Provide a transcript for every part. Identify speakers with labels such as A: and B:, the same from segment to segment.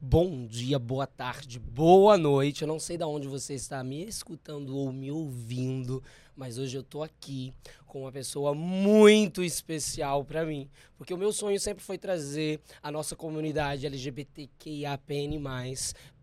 A: bom dia, boa tarde, boa noite. Eu não sei de onde você está me escutando ou me ouvindo, mas hoje eu tô aqui com uma pessoa muito especial para mim, porque o meu sonho sempre foi trazer a nossa comunidade LGBTQIAPN+,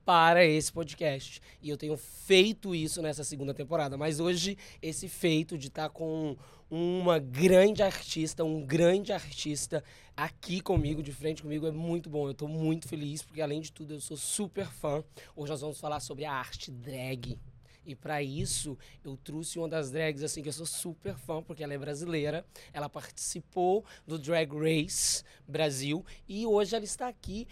A: para esse podcast. E eu tenho feito isso nessa segunda temporada. Mas hoje, esse feito de estar com uma grande artista, um grande artista aqui comigo, de frente comigo, é muito bom. Eu estou muito feliz, porque além de tudo, eu sou super fã. Hoje nós vamos falar sobre a arte drag. E para isso, eu trouxe uma das drags assim que eu sou super fã, porque ela é brasileira. Ela participou do Drag Race Brasil e hoje ela está aqui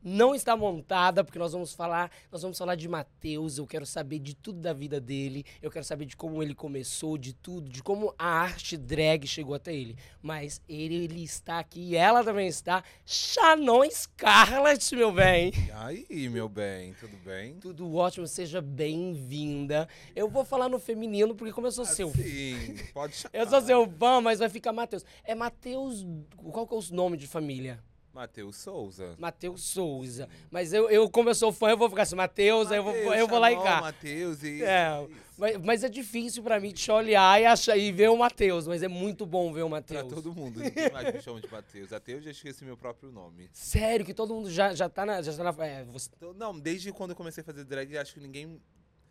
A: não está montada, porque nós vamos falar, nós vamos falar de Mateus, eu quero saber de tudo da vida dele, eu quero saber de como ele começou, de tudo, de como a arte drag chegou até ele. Mas ele, ele está aqui e ela também está, Shannon Scarlett, meu bem.
B: Aí, meu bem, tudo bem?
A: Tudo ótimo, seja bem-vinda. Eu vou falar no feminino, porque como eu sou
B: Ah,
A: seu
B: Sim, assim, pode chamar.
A: eu sou seu fã, mas vai ficar Mateus. É Mateus, qual que é o nome de família?
B: Matheus Souza.
A: Matheus Souza. Mas eu, eu, como eu sou fã, eu vou ficar assim, Matheus, aí eu vou,
B: Mateus,
A: eu vou lá e
B: Xanon,
A: cá.
B: Mateus e...
A: É, mas, mas é difícil pra mim te olhar e, achar, e ver o Matheus, mas é muito bom ver o
B: Pra
A: Matheus.
B: todo mundo, ninguém mais me chama de Matheus. Até eu já esqueci meu próprio nome.
A: Sério, que todo mundo já, já tá na. Já tá na é, você-
B: Então, não, desde quando eu comecei a fazer drag, acho que ninguém...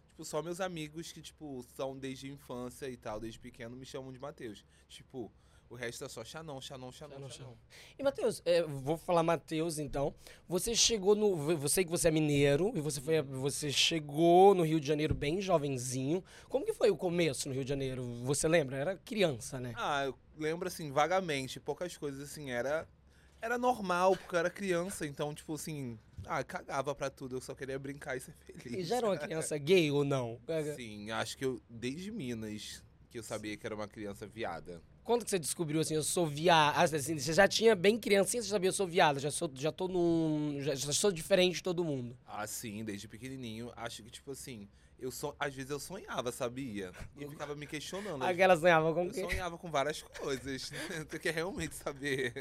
B: Tipo, só meus amigos que, tipo, são desde a infância e tal, desde pequeno, me chamam de Matheus. Tipo, o resto é só Xanon, Xanon, Xanon,
A: Xanon,
B: Xanon.
A: E Matheus, é, vou falar Matheus então. Você chegou no. Eu sei que você é mineiro e você, foi, você chegou no Rio de Janeiro bem jovenzinho. Como que foi o começo no Rio de Janeiro? Você lembra? Era criança, né?
B: Ah, eu lembro, assim, vagamente, poucas coisas, assim, era... Era normal, porque eu era criança, então, tipo, assim... Ah, cagava pra tudo, eu só queria brincar e ser feliz.
A: E já era um uma criança gay ou não? É,
B: Sim, acho que eu, desde Minas, que eu sabia que era uma criança viada.
A: Quando que você descobriu assim, eu sou viado? Assim, você já tinha bem criancinha, você sabia, eu sou viado, já sou, já tô num. Já, já sou diferente de todo mundo.
B: Assim, desde pequenininho, acho que, tipo assim, eu son... às vezes eu sonhava, sabia? E ficava me questionando. às
A: Aquela sonhava né, ah, com
B: vezes
A: quê?
B: Eu sonhava com várias coisas. né? Tu quer realmente saber?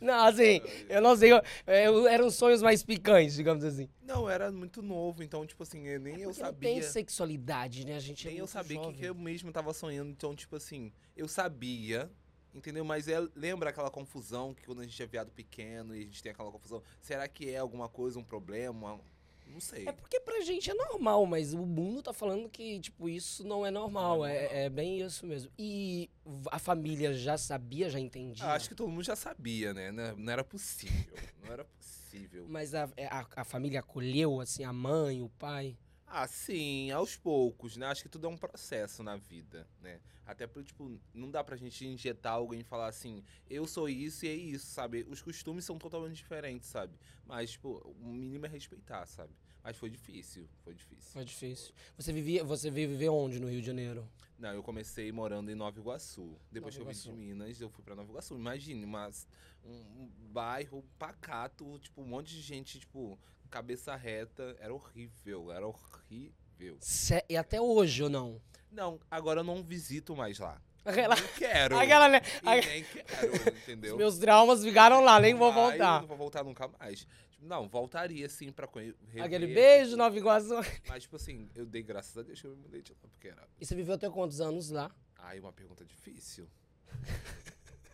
A: Não, assim, eu não sei. Eu, eu- eram sonhos mais picantes, digamos assim.
B: Não, eu era muito novo, então, tipo assim, eu- nem eu
A: É Porque Não tem
B: sabia.
A: sexualidade, né? A gente é
B: Nem eu
A: muito
B: sabia o que
A: jovem.
B: que eu mesmo tava sonhando. Então, tipo assim, eu sabia, entendeu? Mas é, lembra aquela confusão que quando a gente é viado pequeno e a gente tem aquela confusão? Será que é alguma coisa, um problema? Não sei.
A: É porque pra gente é normal, mas o mundo tá falando que, tipo, isso não é normal.
B: Não é
A: é,
B: normal.
A: é bem isso mesmo. E a família já sabia, já entendia?
B: Ah, acho que todo mundo já sabia, né? Não não era possível. Não era possível.
A: Mas a, é, a, a família acolheu, assim, a mãe, o pai?
B: Ah, sim, aos poucos, né? Acho que tudo é um processo na vida, né? Até porque, tipo, não dá pra gente injetar alguém e falar assim, eu sou isso e é isso, sabe? Os costumes são totalmente diferentes, sabe? Mas, tipo, o mínimo é respeitar, sabe? Mas foi difícil, foi difícil.
A: Foi É difícil. Você vivia, você veio viver onde no Rio de Janeiro?
B: Não, eu comecei morando em Nova Iguaçu. Depois
A: Nova
B: que eu
A: Iguaçu.
B: vim de Minas, eu fui pra Nova Iguaçu. Imagine, mas um, um bairro pacato, tipo, um monte de gente, tipo, cabeça reta. Era horrível, era horrível.
A: Cé- e até hoje ou não?
B: Não, agora eu não visito mais lá.
A: Aquela,
B: Não quero.
A: aquela né?
B: E
A: Aque-
B: nem quero, entendeu?
A: Os meus traumas ficaram lá, nem vou
B: Vai, eu
A: voltar.
B: Não vou voltar nunca mais. Tipo, não, voltaria sim pra conhe- rever.
A: Aquele beijo,
B: tipo,
A: Nova Iguaçu.
B: Mas, tipo assim, eu dei graças a Deus que eu me mudei de lá, porque era
A: E você viveu até quantos anos lá?
B: Ai, uma pergunta difícil.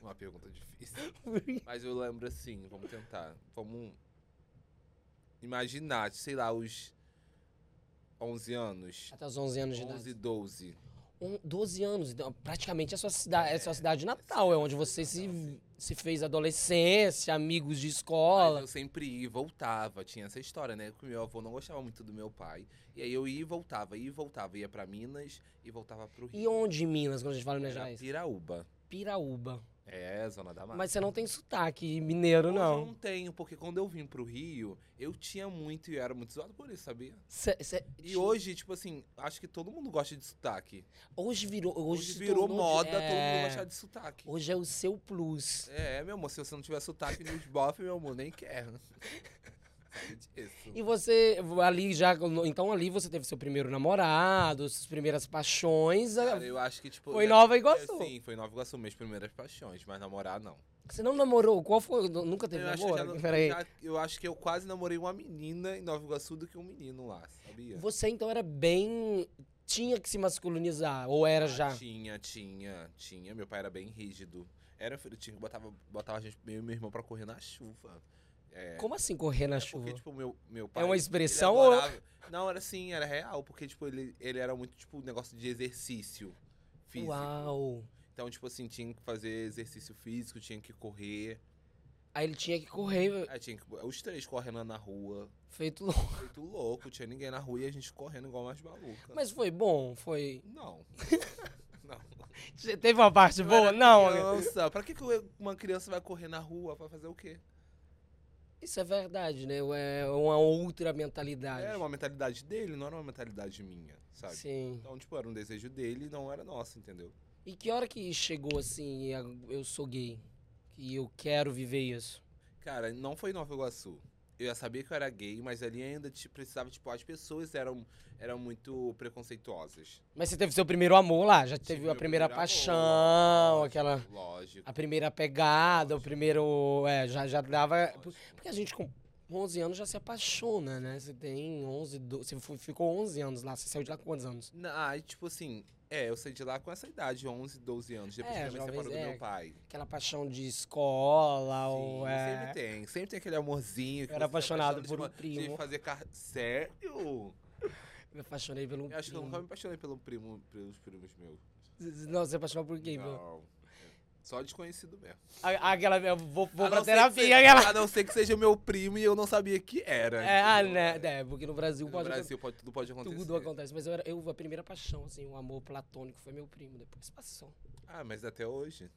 B: uma pergunta difícil. Mas eu lembro assim, vamos tentar. Vamos imaginar, sei lá, os 11 anos.
A: Até os 11 anos de
B: 11,
A: idade.
B: 12.
A: Um, 12 anos, então, praticamente é sua cidade, é sua
B: É,
A: cidade
B: é
A: natal, é
B: cidade
A: onde você se,
B: natal,
A: se fez adolescência, amigos de
B: Mas
A: escola.
B: eu sempre ia e voltava. Tinha essa história, né? Que o meu avô não gostava muito do meu pai. E aí eu ia e voltava, ia e voltava. Ia pra Minas e voltava pro Rio.
A: E onde né, em Minas, quando a gente fala em Minas
B: Era
A: Gerais?
B: Piraúba.
A: Piraúba.
B: É, Zona da Mata.
A: Mas você não tem sotaque mineiro,
B: Hoje eu
A: não.
B: não tenho, porque quando eu vim pro Rio, eu tinha muito e eu era muito zoado por isso, sabia?
A: Cê- cê-
B: E hoje, tipo assim, acho que todo mundo gosta de sotaque.
A: hoje virou. Hoje,
B: Hoje,
A: se
B: virou
A: tornou-
B: moda todo
A: é.
B: mundo gostar de sotaque.
A: Hoje é o seu plus.
B: É, meu amor, se você não tiver sotaque nos bof, meu amor, nem quer. sabe disso.
A: E você, ali já. Então ali você teve seu primeiro namorado, suas primeiras paixões. eh,
B: Cara, eu acho que, tipo.
A: Foi
B: eu-
A: Nova Iguaçu.
B: Sim, foi em Nova Iguaçu, minhas primeiras paixões, mas namorar não.
A: Você não namorou? Qual foi? Nunca teve
B: Eu acho, que eu já
A: namoro?
B: não-
A: Peraí.
B: já- eu acho que eu quase namorei uma menina em Nova Iguaçu do que um menino lá, sabia?
A: Você então era bem. Tinha que se masculinizar, ou era
B: Ah,
A: já?
B: Tinha, tinha, tinha. Meu pai era bem rígido. Era filho, tinha que botava, botava a gente, meu e meu irmão, pra correr na chuva. É,
A: Como assim correr na
B: é
A: chuva?
B: Porque, tipo, meu, meu pai.
A: é uma
B: ele
A: expressão ou.
B: adorava- Não, era assim, era real, porque, tipo, ele, ele era muito, tipo, negócio de exercício físico.
A: Uau!
B: Então, tipo assim, tinha que fazer exercício físico, tinha que correr.
A: Aí ele tinha que correr,
B: Aí tinha que. Os três correndo na rua.
A: feito.
B: Feito louco, tinha ninguém na rua e a gente correndo igual mais maluca.
A: Mas foi bom, foi.
B: Não. não.
A: Teve uma parte
B: Eu
A: boa?
B: era
A: Não, amigo.
B: Criança. Pra que que uma criança vai correr na rua? Vai fazer o quê?
A: Isso é verdade, né? É uma outra mentalidade.
B: Era uma mentalidade dele, não era uma mentalidade minha, sabe?
A: Sim.
B: Então, tipo, era um desejo dele não era nosso, entendeu?
A: E que hora que chegou assim, a- eu sou gay? E eu quero viver isso?
B: Cara, não foi em Nova Iguaçu. Eu já sabia que eu era gay, mas ali ainda te precisava, tipo, as pessoas eram, eram muito preconceituosas. Tipo,
A: Mas você teve seu primeiro amor lá, já teve
B: Tive
A: a
B: meu
A: primeira
B: primeiro amor,
A: paixão,
B: lógico,
A: aquela.
B: Lógico.
A: A primeira pegada, o primeiro. É, já, já dava.
B: lógico.
A: Porque a gente com 11 anos já se apaixona, né? Você tem 11, 12, você fu- ficou 11 anos lá, você saiu de lá com quantos anos?
B: Na- Ah, e, tipo assim, é, eu saí de lá com essa idade, 11, 12 anos, depois
A: É,
B: que minha mãe
A: jovens,
B: separou
A: é.
B: do meu pai.
A: Aquela paixão de escola, ou.
B: Sim,
A: É...
B: Sempre tem. Sempre tem aquele amorzinho. que
A: Eu era
B: você se
A: apaixonado por
B: apaixona de
A: um
B: uma-
A: primo.
B: De fazer car... Sério?
A: Me apaixonei pelo.
B: Eu acho que eu nunca
A: Um primo.
B: me apaixonei pelo primo, pelos primos meus.
A: Não, você apaixonou por quem? pô?
B: Não. Só desconhecido mesmo.
A: A- Aquela. Eu vou, vou pra
B: A não ser que
A: terapia,
B: seja-
A: aquela.
B: A não ser que seja meu primo e eu não sabia que era.
A: É, ah,
B: entendeu?
A: né?
B: É.
A: É, porque no Brasil
B: No
A: pode
B: Brasil pode, tudo pode
A: acontecer.
B: acontecer.
A: Tudo acontece. Mas eu, era, eu, a primeira paixão, assim, o amor platônico foi meu primo, depois passou.
B: Ah, mas até hoje.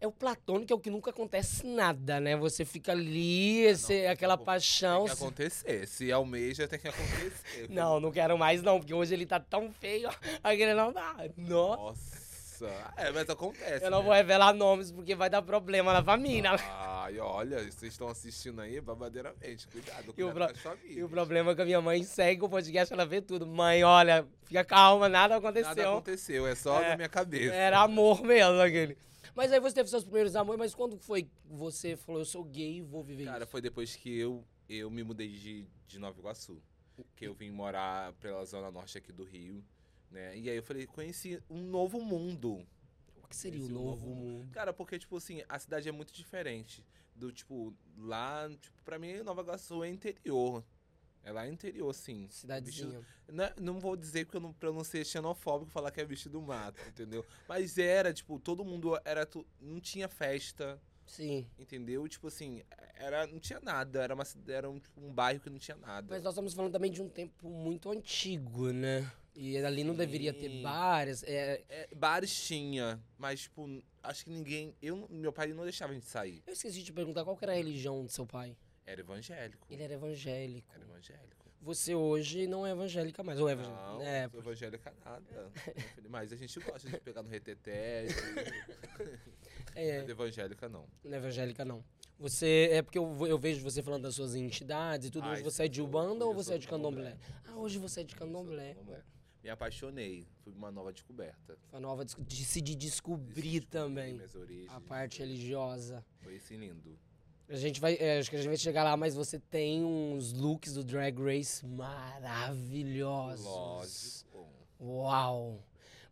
A: É o platônico, é o que nunca acontece nada, né? Você fica ali, esse- aquela
B: Ah, acabou.
A: paixão.
B: tem que
A: se-
B: acontecer. Se almeja, tem que acontecer.
A: Não, não quero mais, não, porque hoje ele tá tão feio, aquele não dá. Nossa.
B: Nossa. É, mas acontece.
A: ah, Eu não
B: né?
A: vou revelar nomes porque vai dar problema na família.
B: Ai, olha, vocês estão assistindo aí babadeiramente. Cuidado,
A: E o
B: cuidado
A: bro-
B: com as famílias.
A: E o problema é que a minha mãe segue o podcast, ela vê tudo. Mãe, olha, fica calma, nada aconteceu.
B: Nada aconteceu, é só
A: É,
B: na minha cabeça.
A: Era amor mesmo aquele. Mas aí você teve seus primeiros amores, mas quando foi que você falou, eu sou gay e vou viver
B: Cara,
A: isso?
B: foi depois que eu, eu me mudei de, de Nova Iguaçu. Que eu vim morar pela zona norte aqui do Rio, né? E aí eu falei, conheci um novo mundo.
A: O que seria o
B: esse é o
A: novo
B: novo
A: mundo?
B: Cara, porque, tipo assim, a cidade é muito diferente. Do, tipo, lá, tipo, pra mim, Nova Iguaçu é interior. É lá interior, sim.
A: Cidadezinha.
B: Não, não vou dizer que eu não, pra eu não ser xenofóbico falar que é bicho do mato, entendeu? Mas era, tipo, todo mundo era. tu- Não tinha festa,
A: Sim.
B: entendeu? Tipo assim, era, não tinha nada. Era, uma, cida- era um, tipo, um bairro que não tinha nada.
A: Mas nós estamos falando também de um tempo muito antigo, né? E ali não deveria ter
B: Sim.
A: bares. é-
B: É, bares tinha, mas, tipo, acho que ninguém. Eu, não- meu pai não deixava a gente sair.
A: Eu esqueci de te perguntar qual que era a religião do seu pai.
B: Era evangélico.
A: Ele é era evangélico.
B: Era evangélico.
A: Você hoje não é evangélica mais. Ou é evangélica?
B: Não,
A: é,
B: não sou evangélica nada. Mas a gente gosta de pegar no reteté. de-
A: é,
B: Mas evangélica não.
A: não é evangélica, não. Você. É porque eu, eu vejo você falando das suas entidades e tudo.
B: Ah,
A: hoje
B: isso
A: você é de
B: eu sou-
A: Ubanda ou
B: hoje eu
A: você é
B: sou
A: de
B: do candomblé.
A: candomblé? Ah, hoje você é de candomblé.
B: Me apaixonei, fui uma nova descoberta.
A: Foi nova desco- de se de descobrir
B: Descobri
A: também
B: minhas origens.
A: a parte religiosa.
B: Foi esse lindo.
A: A gente vai, é, acho que a gente vai chegar lá, mas você tem uns looks do Drag Race maravilhosos.
B: Lógico.
A: Uau.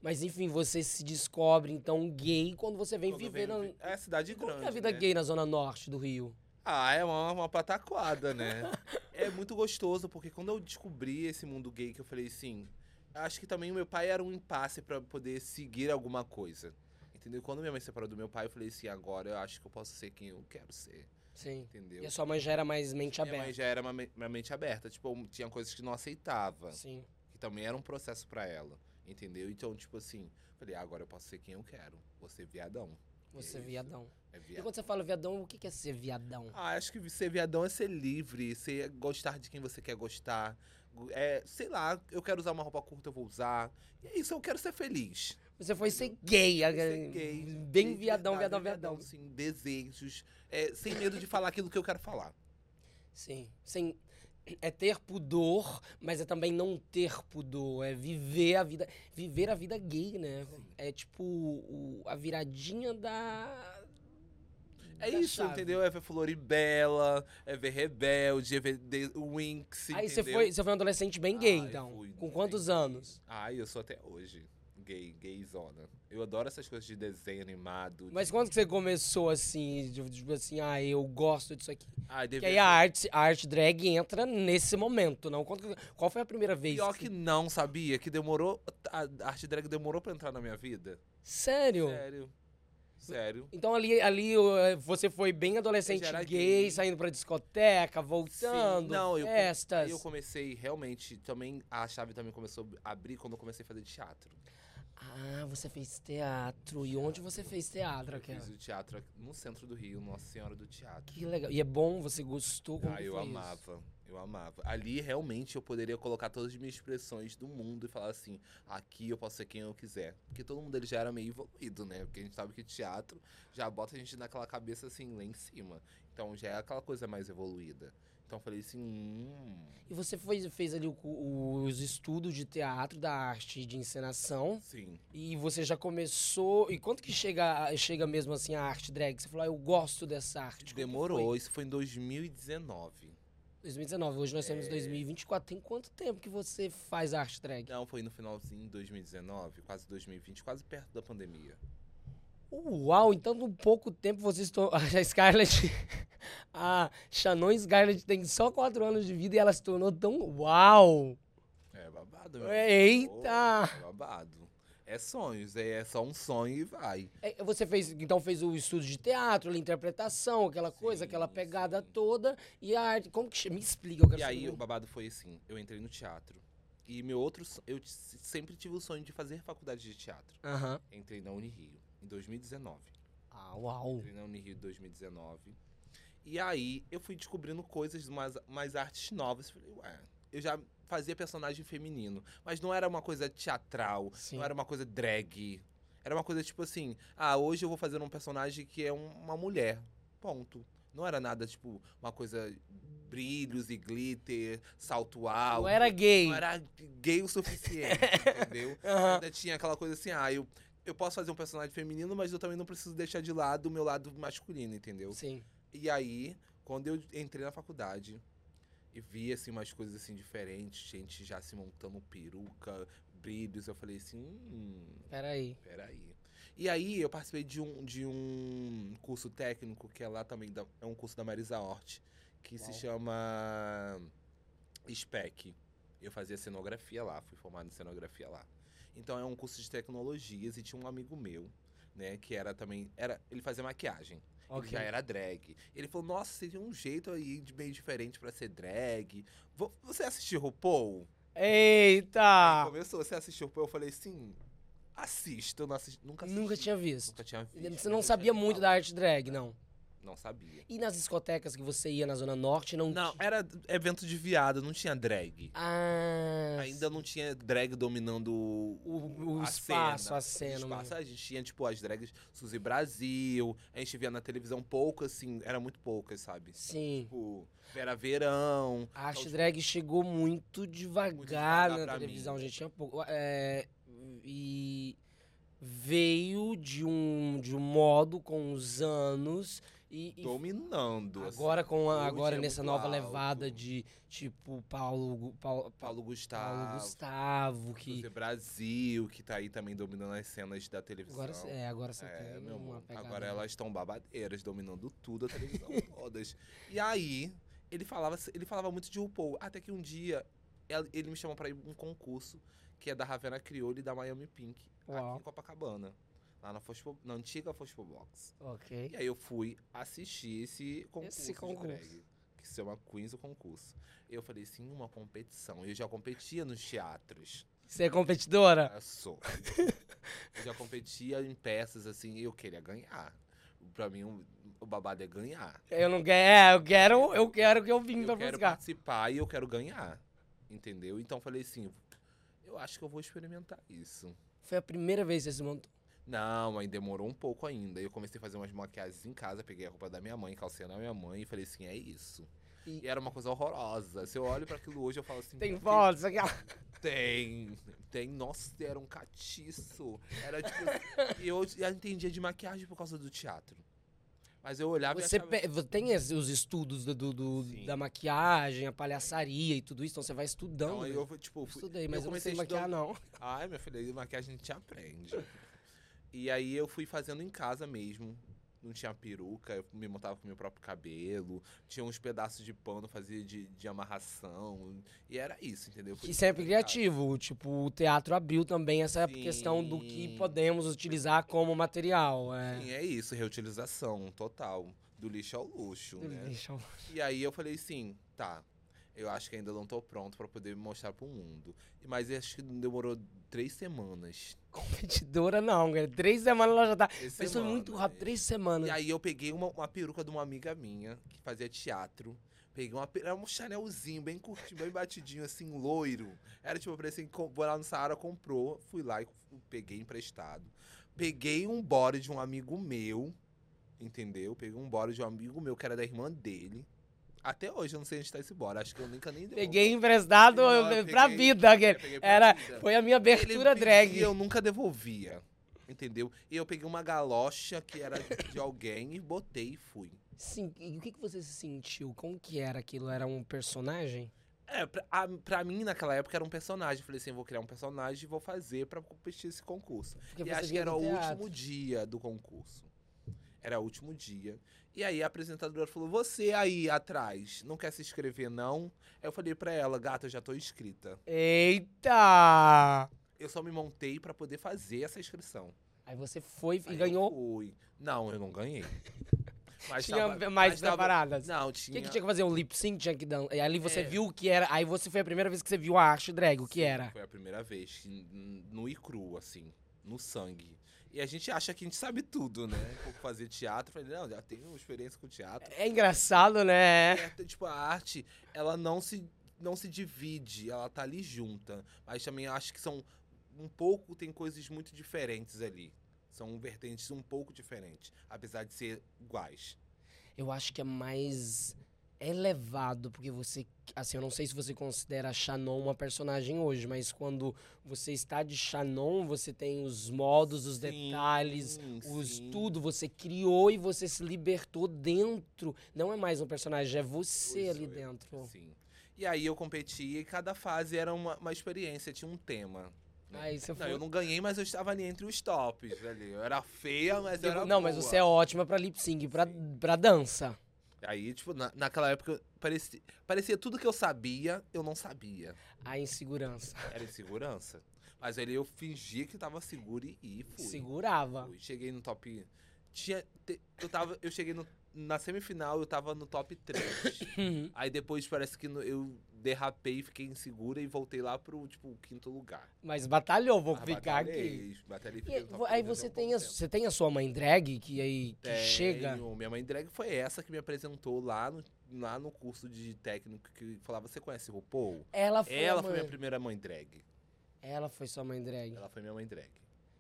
A: Mas enfim, você se descobre então gay quando você vem
B: Quando
A: viver
B: vem-
A: na
B: É a cidade
A: um- Como
B: grande.
A: é a vida
B: né?
A: gay na zona norte do Rio.
B: Ah, é uma, uma pataquada, né? é muito gostoso, porque quando eu descobri esse mundo gay, que eu falei assim. Acho que também o meu pai era um impasse pra poder seguir alguma coisa. Entendeu? Quando minha mãe se separou do meu pai, eu falei assim: agora eu acho que eu posso ser quem eu quero ser.
A: Sim.
B: Entendeu?
A: E a sua mãe já era mais mente
B: minha mãe
A: aberta.
B: já era uma, me- uma mente aberta. Tipo, eu tinha coisas que não aceitava.
A: Sim.
B: que também era um processo pra ela, entendeu? Então, tipo assim, falei, ah, agora eu posso ser quem eu quero. Você viadão.
A: Você é
B: Isso.
A: viadão.
B: É
A: E
B: viadão.
A: quando você fala viadão, o que que é ser viadão?
B: Ah, acho que ser viadão é ser livre, ser é gostar de quem você quer gostar. Go- É, sei lá, eu quero usar uma roupa curta, eu vou usar. E é isso, eu quero ser feliz.
A: Você foi ser gay, eh,
B: Ser gay.
A: É, bem
B: ter
A: viadão,
B: liberdade,
A: viadão, viadão.
B: Sim, desejos. é, sem medo de falar aquilo que eu quero falar.
A: Sim. Sem, é ter pudor, mas é também não ter pudor. É viver a vida. Viver a vida gay, né? É tipo o- a viradinha da.
B: É
A: da
B: isso,
A: chave.
B: entendeu? É ver Floribela, é ver Rebelde, é ver The Winx,
A: Aí você
B: entendeu?
A: foi, você foi um adolescente bem gay,
B: Ah, eu
A: então.
B: fui
A: Com
B: bem
A: quantos
B: gay.
A: anos?
B: Ai, eu sou até hoje gay, gayzona. Eu adoro essas coisas de desenho animado.
A: Mas
B: de...
A: quando que você começou assim, de- tipo assim, ah, eu gosto disso aqui?
B: Ai,
A: Que
B: devia
A: aí a arte, a arte drag entra nesse momento, não? Quando- qual foi a primeira vez?
B: Pior
A: que-
B: que não, sabia? Que demorou. A a arte drag demorou pra entrar na minha vida.
A: Sério?
B: Sério. Sério.
A: Então ali, ali eh, você foi bem
B: Eu
A: adolescente
B: já era
A: gay,
B: gay.
A: saindo pra discoteca, voltando,
B: Sim, não, eu-
A: festas.
B: E eu comecei realmente também. A chave também começou a abrir quando eu comecei a fazer teatro.
A: Ah, você fez teatro. E onde você fez teatro,
B: Eu
A: Raquel?
B: fiz o teatro aqui no centro do Rio, Nossa Senhora do Teatro.
A: Que legal. E é bom, você gostou? Como
B: ah,
A: que
B: eu
A: foi isso?
B: amava. Eu amava. Ali realmente eu poderia colocar todas as minhas expressões do mundo e falar assim: aqui eu posso ser quem eu quiser. Porque todo mundo ele já era meio evoluído, né? Porque a gente sabe que teatro já bota a gente naquela cabeça assim, lá em cima. Então já é aquela coisa mais evoluída. Então eu falei assim: hum.
A: E você foi, fez ali o cu- o- os estudos de teatro, da arte e de encenação.
B: Sim.
A: E você já começou. E quanto que chega, chega mesmo assim a arte drag? Você falou, ah, eu gosto dessa arte. Como que foi?
B: Demorou. Isso foi em 2019.
A: 2019, hoje nós temos
B: É.
A: 2024. Tem quanto tempo que você faz arte drag?
B: Não, foi no finalzinho de 2019, quase 2020, quase perto da pandemia.
A: Uau, então num pouco tempo vocês estão. A Scarlett. A Shannon Scarlett tem só 4 anos de vida e ela se tornou tão. Uau!
B: É babado, meu.
A: Eita!
B: Pô, é babado. É sonhos, é, é só um sonho e vai.
A: É, Você fez, então fez o estudo de teatro, a interpretação, aquela coisa,
B: Sim,
A: aquela pegada
B: sim.
A: toda. E a arte. Como que chama? Me explica, eu quero
B: E aí o
A: saber.
B: babado foi assim, eu entrei no teatro. E meu outro, so- eu t- sempre tive o sonho de fazer faculdade de teatro.
A: Aham.
B: Entrei na Unirio em 2019.
A: Ah, uau.
B: Entrei na Unirio em 2019. E aí eu fui descobrindo coisas, umas, umas artes novas. Falei, ué, eu já fazia personagem feminino, mas não era uma coisa teatral,
A: Sim.
B: Não era uma coisa drag. Era uma coisa tipo assim, ah, hoje eu vou fazer um personagem que é um- uma mulher. Ponto. Não era nada tipo uma coisa brilhos e glitter, salto alto.
A: Eu era gay.
B: é Não era gay o suficiente, entendeu?
A: Aham.
B: Ainda tinha aquela coisa assim, ah, eu, eu posso fazer um personagem feminino, mas eu também não preciso deixar de lado o meu lado masculino, entendeu?
A: Sim.
B: E aí, quando eu entrei na faculdade e vi assim umas coisas assim diferentes, gente já se montando peruca, brilhos, eu falei assim, hum,
A: Peraí.
B: peraí. E aí eu participei de um, de um curso técnico que é lá também, da- é um curso da Marisa Hort, que se
A: Uau.
B: chama SPEC. Eu fazia cenografia lá, fui formado em cenografia lá. Então é um curso de tecnologias e tinha um amigo meu, né, que era também, era, ele fazia maquiagem. Ele
A: Ok.
B: já era drag. Ele falou, nossa, seria um jeito aí de bem diferente pra ser drag. Vo- Você assistiu RuPaul? Aí
A: Eita!
B: começou, você assistiu RuPaul? Eu falei, sim, assisto. Eu não assisti, nunca assisti.
A: Nunca tinha visto.
B: Nunca tinha visto.
A: Você não sabia muito da arte drag, não.
B: Não sabia.
A: E nas discotecas que você ia na Zona Norte, não.
B: Não,
A: ti-
B: era evento de viado, não tinha drag.
A: Ah.
B: Ainda não tinha drag dominando o,
A: O- o
B: a
A: espaço,
B: cena.
A: a cena,
B: O espaço, a gente tinha, tipo, as drags Suzy Brasil. A gente via na televisão pouco, assim, era muito poucas, sabe?
A: Sim.
B: Tipo, Vera Verão.
A: A arte
B: Então,
A: drag chegou muito devagar,
B: devagar
A: na
B: pra
A: televisão,
B: mim.
A: gente. Tinha pouco. É, e veio de um, de um modo com os anos e. e
B: dominando. assim.
A: Agora, com a-
B: Hoje
A: agora
B: é
A: nessa
B: muito
A: nova
B: alto.
A: levada de tipo Paulo, Gu- Paulo, Paulo,
B: Paulo Gustavo,
A: Paulo Gustavo, que
B: José Brasil, que tá aí também dominando as cenas da televisão.
A: agora, é, agora você
B: É,
A: tem
B: meu
A: uma
B: amor.
A: pegada. né?
B: Agora elas estão babadeiras, dominando tudo a televisão, todas. E aí, ele falava, ele falava muito de RuPaul. Até que um dia, el- ele me chamou pra ir um concurso, que é da Ravena Criollo e da Miami Pink,
A: Uau.
B: aqui em Copacabana. Lá na, Fospo, na antiga Fosfobox.
A: Ok.
B: E aí eu fui assistir esse concurso, de
A: concurso.
B: drag, que se chama Queens o Concurso. Eu falei assim, uma competição. Eu já competia nos teatros.
A: Você é competidora?
B: Eu sou. eu já competia em peças assim, e eu queria ganhar. Pra mim, o- o babado é ganhar.
A: Eu não quero. É, eu quero, eu quero o que eu vim pra
B: Eu quero
A: buscar.
B: participar e eu quero ganhar. Entendeu? Então eu falei assim, eu acho que eu vou experimentar isso.
A: Foi a primeira vez que você se montou.
B: Não, aí demorou um pouco ainda. Eu comecei a fazer umas maquiagens em casa, peguei a roupa da minha mãe, calcinha da minha mãe e falei assim, é isso.
A: E-
B: E era uma coisa horrorosa. Se eu olho pra aquilo hoje, eu falo assim.
A: Tem
B: "Meu
A: fotos, aquela.
B: Tem, tem. Nossa, era um catiço. Era tipo. e eu já entendia de maquiagem por causa do teatro. Mas eu olhava
A: Você
B: e achava...
A: pe- vo- tem es- os estudos do- do- do-
B: Sim.
A: da maquiagem, a palhaçaria e tudo isso, então você vai estudando.
B: Não, aí
A: né?
B: eu, fui, tipo,
A: Eu
B: fui-
A: Estudei, mas eu, não sei
B: comecei um
A: maquiar,
B: estudando-
A: não.
B: Ai, meu filho, aí maquiagem te aprende. E aí eu fui fazendo em casa mesmo. Não tinha peruca, eu me montava com meu próprio cabelo. Tinha uns pedaços de pano, fazia de, de amarração. E era isso, entendeu? Fui
A: E sempre
B: fazendo em casa.
A: criativo. Tipo, o teatro abriu também essa
B: Sim.
A: questão do que podemos utilizar como material. É.
B: Sim, é isso, reutilização total. Do lixo ao luxo, né?
A: Deixa eu-
B: E aí eu falei assim, tá, eu acho que ainda não tô pronto pra poder me mostrar pro mundo. E- Mas acho que demorou três semanas.
A: Competidora não, cara. Três semanas ela já tá.
B: Três
A: Mas foi muito
B: semanas. é
A: rápido, três semanas.
B: E aí eu peguei uma, uma peruca de uma amiga minha que fazia teatro. Peguei uma peruca, era um chanelzinho bem curtinho, bem batidinho, assim, loiro. Era tipo, eu falei assim, com- vou lá no Saara, comprou. Fui lá e peguei emprestado. Peguei um body de um amigo meu, entendeu? Peguei um body de um amigo meu que era da irmã dele. Até hoje eu não sei onde tá esse body, acho que eu nunca nem devolvi.
A: Peguei emprestado
B: Não, eu
A: eu-
B: peguei-
A: pra vida,
B: Eu
A: cara.
B: peguei pra
A: Era,
B: vida.
A: foi a minha abertura
B: Ele pedia,
A: drag.
B: Eu nunca devolvia. Entendeu? E eu peguei uma galocha que era de alguém e botei e fui.
A: Sim, e o que, que você se sentiu? Como que era aquilo? Era um personagem?
B: É, pra, a- pra mim naquela época era um personagem. Eu Falei assim, eu vou criar um personagem e vou fazer pra competir esse concurso.
A: Porque
B: e
A: você
B: acho que
A: vinha
B: era
A: do
B: o
A: teatro.
B: último dia do concurso. Era o último dia. E aí a apresentadora falou: Você aí atrás não quer se inscrever, não? Aí eu falei pra ela: Gata, eu já tô inscrita.
A: Eita!
B: Eu só me montei pra poder fazer essa inscrição.
A: Aí você foi e
B: Aí eu
A: ganhou.
B: fui. Não, eu não ganhei. Mas
A: tinha
B: tava-
A: mais
B: mas tava-
A: preparadas.
B: Não,
A: O
B: tinha.
A: que, que tinha que fazer? Um lip sync tinha que dar. E ali você
B: É.
A: viu o que era. Aí você foi a primeira vez que você viu a arte drag, o que
B: Sim,
A: era.
B: Foi a primeira vez, que n- nu e cru, assim, no sangue. E a gente acha que a gente sabe tudo, né? Por fazer teatro, eu falei, não, já tenho experiência com teatro.
A: É engraçado, né?
B: É, t- tipo, a arte, ela não se, não se divide, ela tá ali junta. Mas também acho que são um pouco, tem coisas muito diferentes ali. São vertentes um pouco diferentes, apesar de ser iguais.
A: Eu acho que é mais elevado, porque você. Assim, eu não sei se você considera a Shannon uma personagem hoje, mas quando você está de Shannon, você tem os modos, os
B: Sim,
A: detalhes, os
B: sim.
A: tudo. Você criou e você se libertou dentro. Não é mais um personagem, é você
B: Pois
A: ali
B: é,
A: dentro.
B: Sim. E aí eu competi e cada fase era uma, uma experiência, tinha um tema. né?
A: Aí você
B: Não,
A: foi-
B: eu não ganhei, mas eu estava ali entre os tops ali. Eu era feia, mas eu
A: Tipo,
B: era
A: não, mas
B: boa.
A: você é ótima pra lip sync, pra, pra dança.
B: Aí, tipo, na- naquela época, parecia, parecia tudo que eu sabia, eu não sabia.
A: A insegurança.
B: Era insegurança. mas ali eu fingia que tava seguro e, e fui.
A: Segurava.
B: Fui. Cheguei no top... Tinha, te- eu, tava, eu cheguei no- na semifinal, eu tava no top 3.
A: Uhum.
B: Aí depois parece que no- eu derrapei, fiquei insegura e voltei lá pro, tipo, quinto lugar.
A: Mas batalhou, vou
B: Ah,
A: ficar aqui.
B: batalhei, batalhei,
A: E
B: fiquei no top
A: aí
B: três
A: você
B: até um
A: tem,
B: bom
A: a,
B: tempo.
A: você tem a sua mãe drag que aí que
B: Tenho.
A: chega.
B: Minha mãe drag foi essa que me apresentou lá no, lá no curso de técnico que falava, você conhece o RuPaul?
A: Ela foi,
B: Ela
A: a
B: foi
A: mãe.
B: minha primeira mãe drag.
A: Ela foi sua mãe drag.
B: Ela foi minha mãe drag.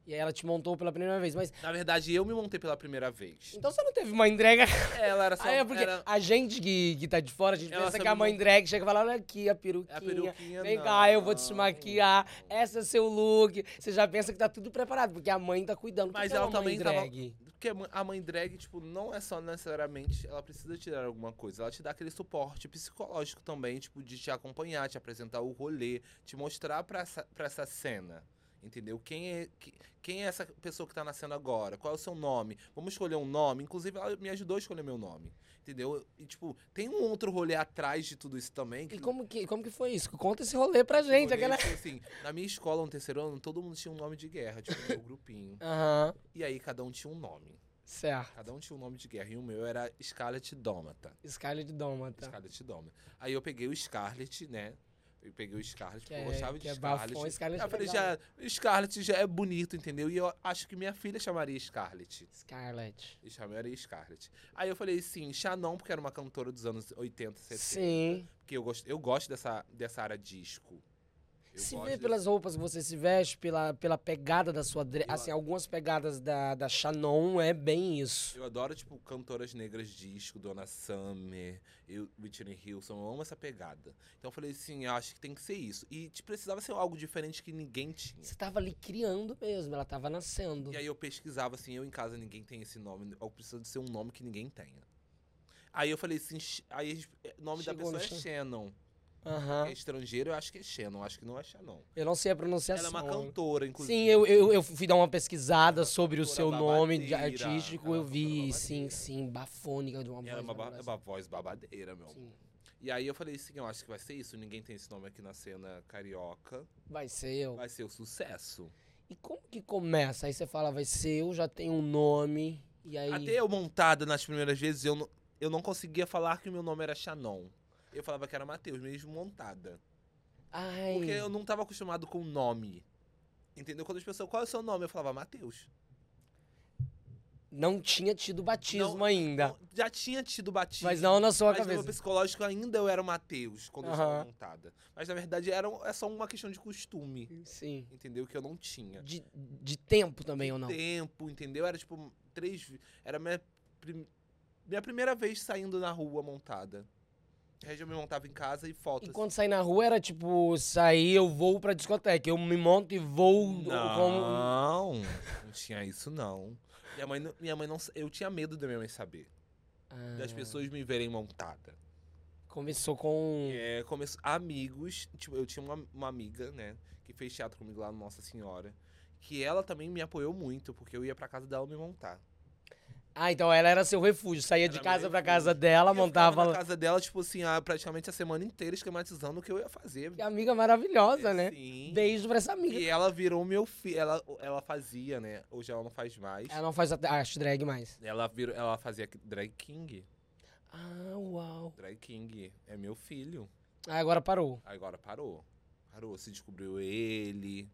A: E aí ela te montou pela primeira vez. Mas
B: Na verdade, eu me montei pela primeira vez.
A: então você não teve mãe drag?
B: Ela era só...
A: Ah, é porque
B: era-
A: a gente que, que tá de fora, a gente
B: Ela
A: pensa que
B: sabe
A: a mãe
B: mon-
A: drag chega e fala: olha aqui a peruquinha.
B: É a peruquinha,
A: Vem
B: não.
A: cá, eu vou te maquiar. Esse é seu look. Você já pensa que tá tudo preparado, porque a mãe tá cuidando. O que
B: Mas
A: que é
B: ela
A: uma mãe
B: também tava-
A: drag?
B: Porque a mãe- a mãe drag, tipo, não é só necessariamente ela precisa te dar alguma coisa. Ela te dá aquele suporte psicológico também, tipo, de te acompanhar, te apresentar o rolê, te mostrar pra essa, pra essa cena. Entendeu? Quem é, que- quem é essa pessoa que tá na cena agora? Qual é o seu nome? Vamos escolher um nome. Inclusive, ela me ajudou a escolher meu nome. Entendeu? E, tipo, tem um outro rolê atrás de tudo isso também.
A: E como que, como que foi isso? Conta esse rolê pra gente.
B: rolê,
A: Aquela...
B: tipo assim, na minha escola, no terceiro ano, todo mundo tinha um nome de guerra, tipo, meu grupinho.
A: Aham,
B: E aí, cada um tinha um nome.
A: certo.
B: Cada um tinha um nome de guerra e o meu era Scarlet Dômata.
A: Scarlet Dômata.
B: Scarlet Dômata. Aí eu peguei o Scarlet, né? Eu peguei o Scarlet,
A: Que
B: porque eu
A: é-
B: gostava
A: que
B: de
A: é
B: Scarlet.
A: bafão, Scarlet
B: eu falei,
A: é
B: já, Scarlet já é bonito, entendeu? E eu acho que minha filha chamaria Scarlet.
A: Scarlet.
B: E chamaria Scarlet. Aí eu falei, sim, Shannon, porque era uma cantora dos anos 80, 70.
A: Sim.
B: Porque eu gosto, eu gosto dessa, dessa área disco. Eu
A: se
B: gosto
A: vê
B: desse-
A: pelas roupas que você se veste, pela, pela pegada da sua. dre-
B: Eu
A: Assim,
B: a-
A: algumas pegadas da, da Shannon é bem isso.
B: Eu adoro, tipo, cantoras negras disco, Dona Summer, eu, Whitney Houston, eu amo essa pegada. Então eu falei assim, eu acho que tem que ser isso. E tipo, precisava ser algo diferente que ninguém tinha.
A: Você tava ali criando mesmo, ela tava nascendo.
B: E aí eu pesquisava assim, eu em casa ninguém tem esse nome, eu preciso de ser um nome que ninguém tenha. Aí eu falei assim, Sh- aí a gente- o nome da
A: Chegou no
B: pessoa é Shannon.
A: Aham.
B: É estrangeiro, eu acho que é Shannon, acho que não é Shannon.
A: Eu não sei a pronunciação.
B: Ela é uma cantora, inclusive.
A: Sim, eu, eu, eu fui dar uma pesquisada sobre o
B: cantora
A: seu nome de
B: babadeira.
A: artístico,
B: Ela é
A: eu
B: uma cantora
A: vi,
B: babadeira.
A: sim, sim, bafônica de uma
B: Ela
A: voz
B: é uma, ba- é
A: maravilhosa.
B: uma voz babadeira, meu.
A: Sim.
B: E aí eu falei assim, eu acho que vai ser isso, ninguém tem esse nome aqui na cena carioca.
A: Vai ser eu.
B: Vai ser o sucesso.
A: E como que começa? Aí você fala, vai ser eu, já tenho um nome, e aí...
B: Até eu montada nas primeiras vezes, eu não, eu não conseguia falar que o meu nome era Shannon. Eu falava que era Matheus, mesmo montada.
A: Ai,
B: Porque eu não tava acostumado com o nome. Entendeu? Quando as pessoas, qual é o seu nome? Eu falava Matheus.
A: não tinha tido batismo
B: Não,
A: ainda,
B: Então, Já tinha tido batismo.
A: mas não na sua
B: mas no meu
A: cabeça.
B: psicológico ainda eu era o Matheus quando eu
A: Aham.
B: estava montada. Mas na verdade era, um- é só uma questão de costume.
A: Sim.
B: Entendeu? Que eu não tinha.
A: De, de tempo também, ou não?
B: Tempo, entendeu? Era tipo três. vi- Era minha, prim- minha primeira vez saindo na rua montada. Aí eu me montava em casa e fotos.
A: E quando saí na rua era tipo, sair, eu vou pra discoteca, eu me monto e vou como...
B: Não, não tinha isso não. Minha mãe, não- minha mãe não, sa- eu tinha medo da minha mãe saber,
A: Ah,
B: das pessoas me verem montada.
A: Começou com... um
B: É, começou amigos, tipo, eu tinha uma, uma amiga, né, que fez teatro comigo lá no Nossa Senhora, que ela também me apoiou muito, porque eu ia pra casa dela me montar.
A: Ah, então ela era seu refúgio. Saía
B: Era
A: de
B: meu
A: casa pra
B: refúgio.
A: casa dela,
B: E eu ficava
A: montava.
B: na casa dela, tipo assim, a- praticamente a semana inteira esquematizando o que eu ia fazer.
A: Que amiga maravilhosa, né?
B: É, Sim.
A: Beijo pra essa amiga.
B: E ela virou meu filho, ela, ela fazia, né, hoje ela não faz mais.
A: Ela não faz a arte drag mais.
B: Ela, virou, ela fazia drag king.
A: Ah, uau.
B: Drag King é meu filho.
A: Ah, agora parou.
B: Agora parou. Parou, se descobriu ele.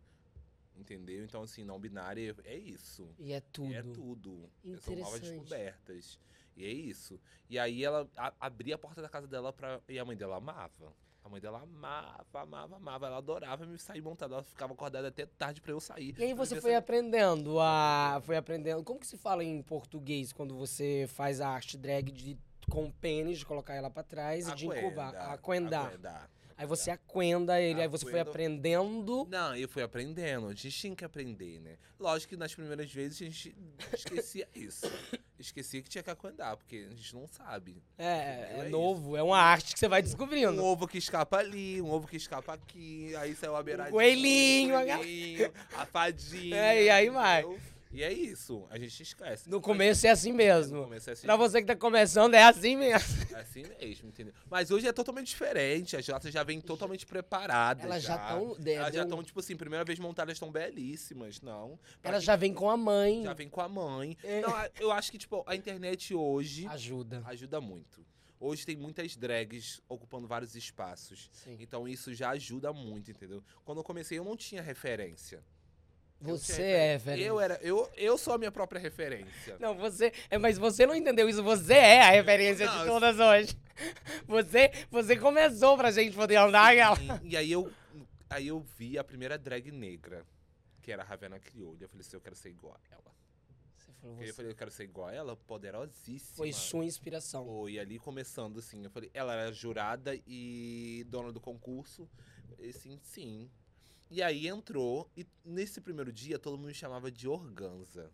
B: Entendeu? Então, assim, não binário é isso.
A: E é tudo.
B: É tudo. São novas
A: Interessante.
B: descobertas. E é isso. E aí ela a- abria a porta da casa dela pra. E a mãe dela amava. A mãe dela amava, amava, amava. Ela adorava me sair montada. Ela ficava acordada até tarde pra eu sair.
A: E aí
B: Eu
A: você
B: devia
A: foi
B: sair-
A: aprendendo a. Foi aprendendo. Como que se fala em português quando você faz a arte drag de com pênis, de colocar ela pra trás e de
B: Aquenda,
A: encurvar, aquendar.
B: aquendar.
A: Aí você aquenda ele, aí você foi
B: Aquendo.
A: aprendendo.
B: Não, eu fui aprendendo. A gente tinha que aprender, né? Lógico que nas primeiras vezes a gente esquecia isso. Esquecia que tinha que acuendar, porque a gente não sabe.
A: É,
B: É
A: é
B: isso.
A: novo, é uma arte que você vai
B: Um
A: descobrindo.
B: ovo que escapa ali, um ovo que escapa aqui, aí saiu a beiradinha.
A: coelhinho, a
B: a,
A: gar-
B: a fadinha.
A: É, e aí vai.
B: entendeu? E é isso, a gente esquece.
A: No começo é assim mesmo.
B: No começo é assim,
A: Pra você que tá começando, é assim mesmo.
B: é assim mesmo, entendeu? Mas hoje é totalmente diferente, as latas já vêm totalmente preparadas.
A: Elas já é, estão.
B: Elas já
A: um
B: estão, tipo assim, primeira vez montadas, estão belíssimas, não. Pra
A: Elas
B: quem
A: já vêm com a mãe.
B: Já vem com a mãe.
A: É.
B: Não, a- eu acho que, tipo, a internet hoje
A: Ajuda.
B: ajuda muito. Hoje tem muitas drags ocupando vários espaços.
A: Sim.
B: Então isso já ajuda muito, entendeu? Quando eu comecei, eu não tinha referência. Eu não tinha
A: Você é,
B: referência.
A: velho.
B: Eu era. Eu, eu sou a minha própria referência.
A: Não, você. É, mas você não entendeu isso. Você é a referência
B: Não,
A: de
B: eu-
A: todas hoje. Você, você começou pra gente poder andar, gal.
B: E, e aí eu. Aí eu vi a primeira drag negra, que era a Ravena Crioula. Eu falei assim, eu quero ser igual a ela.
A: Você falou,
B: Eu
A: você
B: falei, eu quero ser igual a ela, poderosíssima.
A: foi sua inspiração.
B: Foi ali começando, assim. Eu falei, ela era jurada e dona do concurso. E sim, sim. E aí entrou, e nesse primeiro dia todo mundo me chamava de Organza.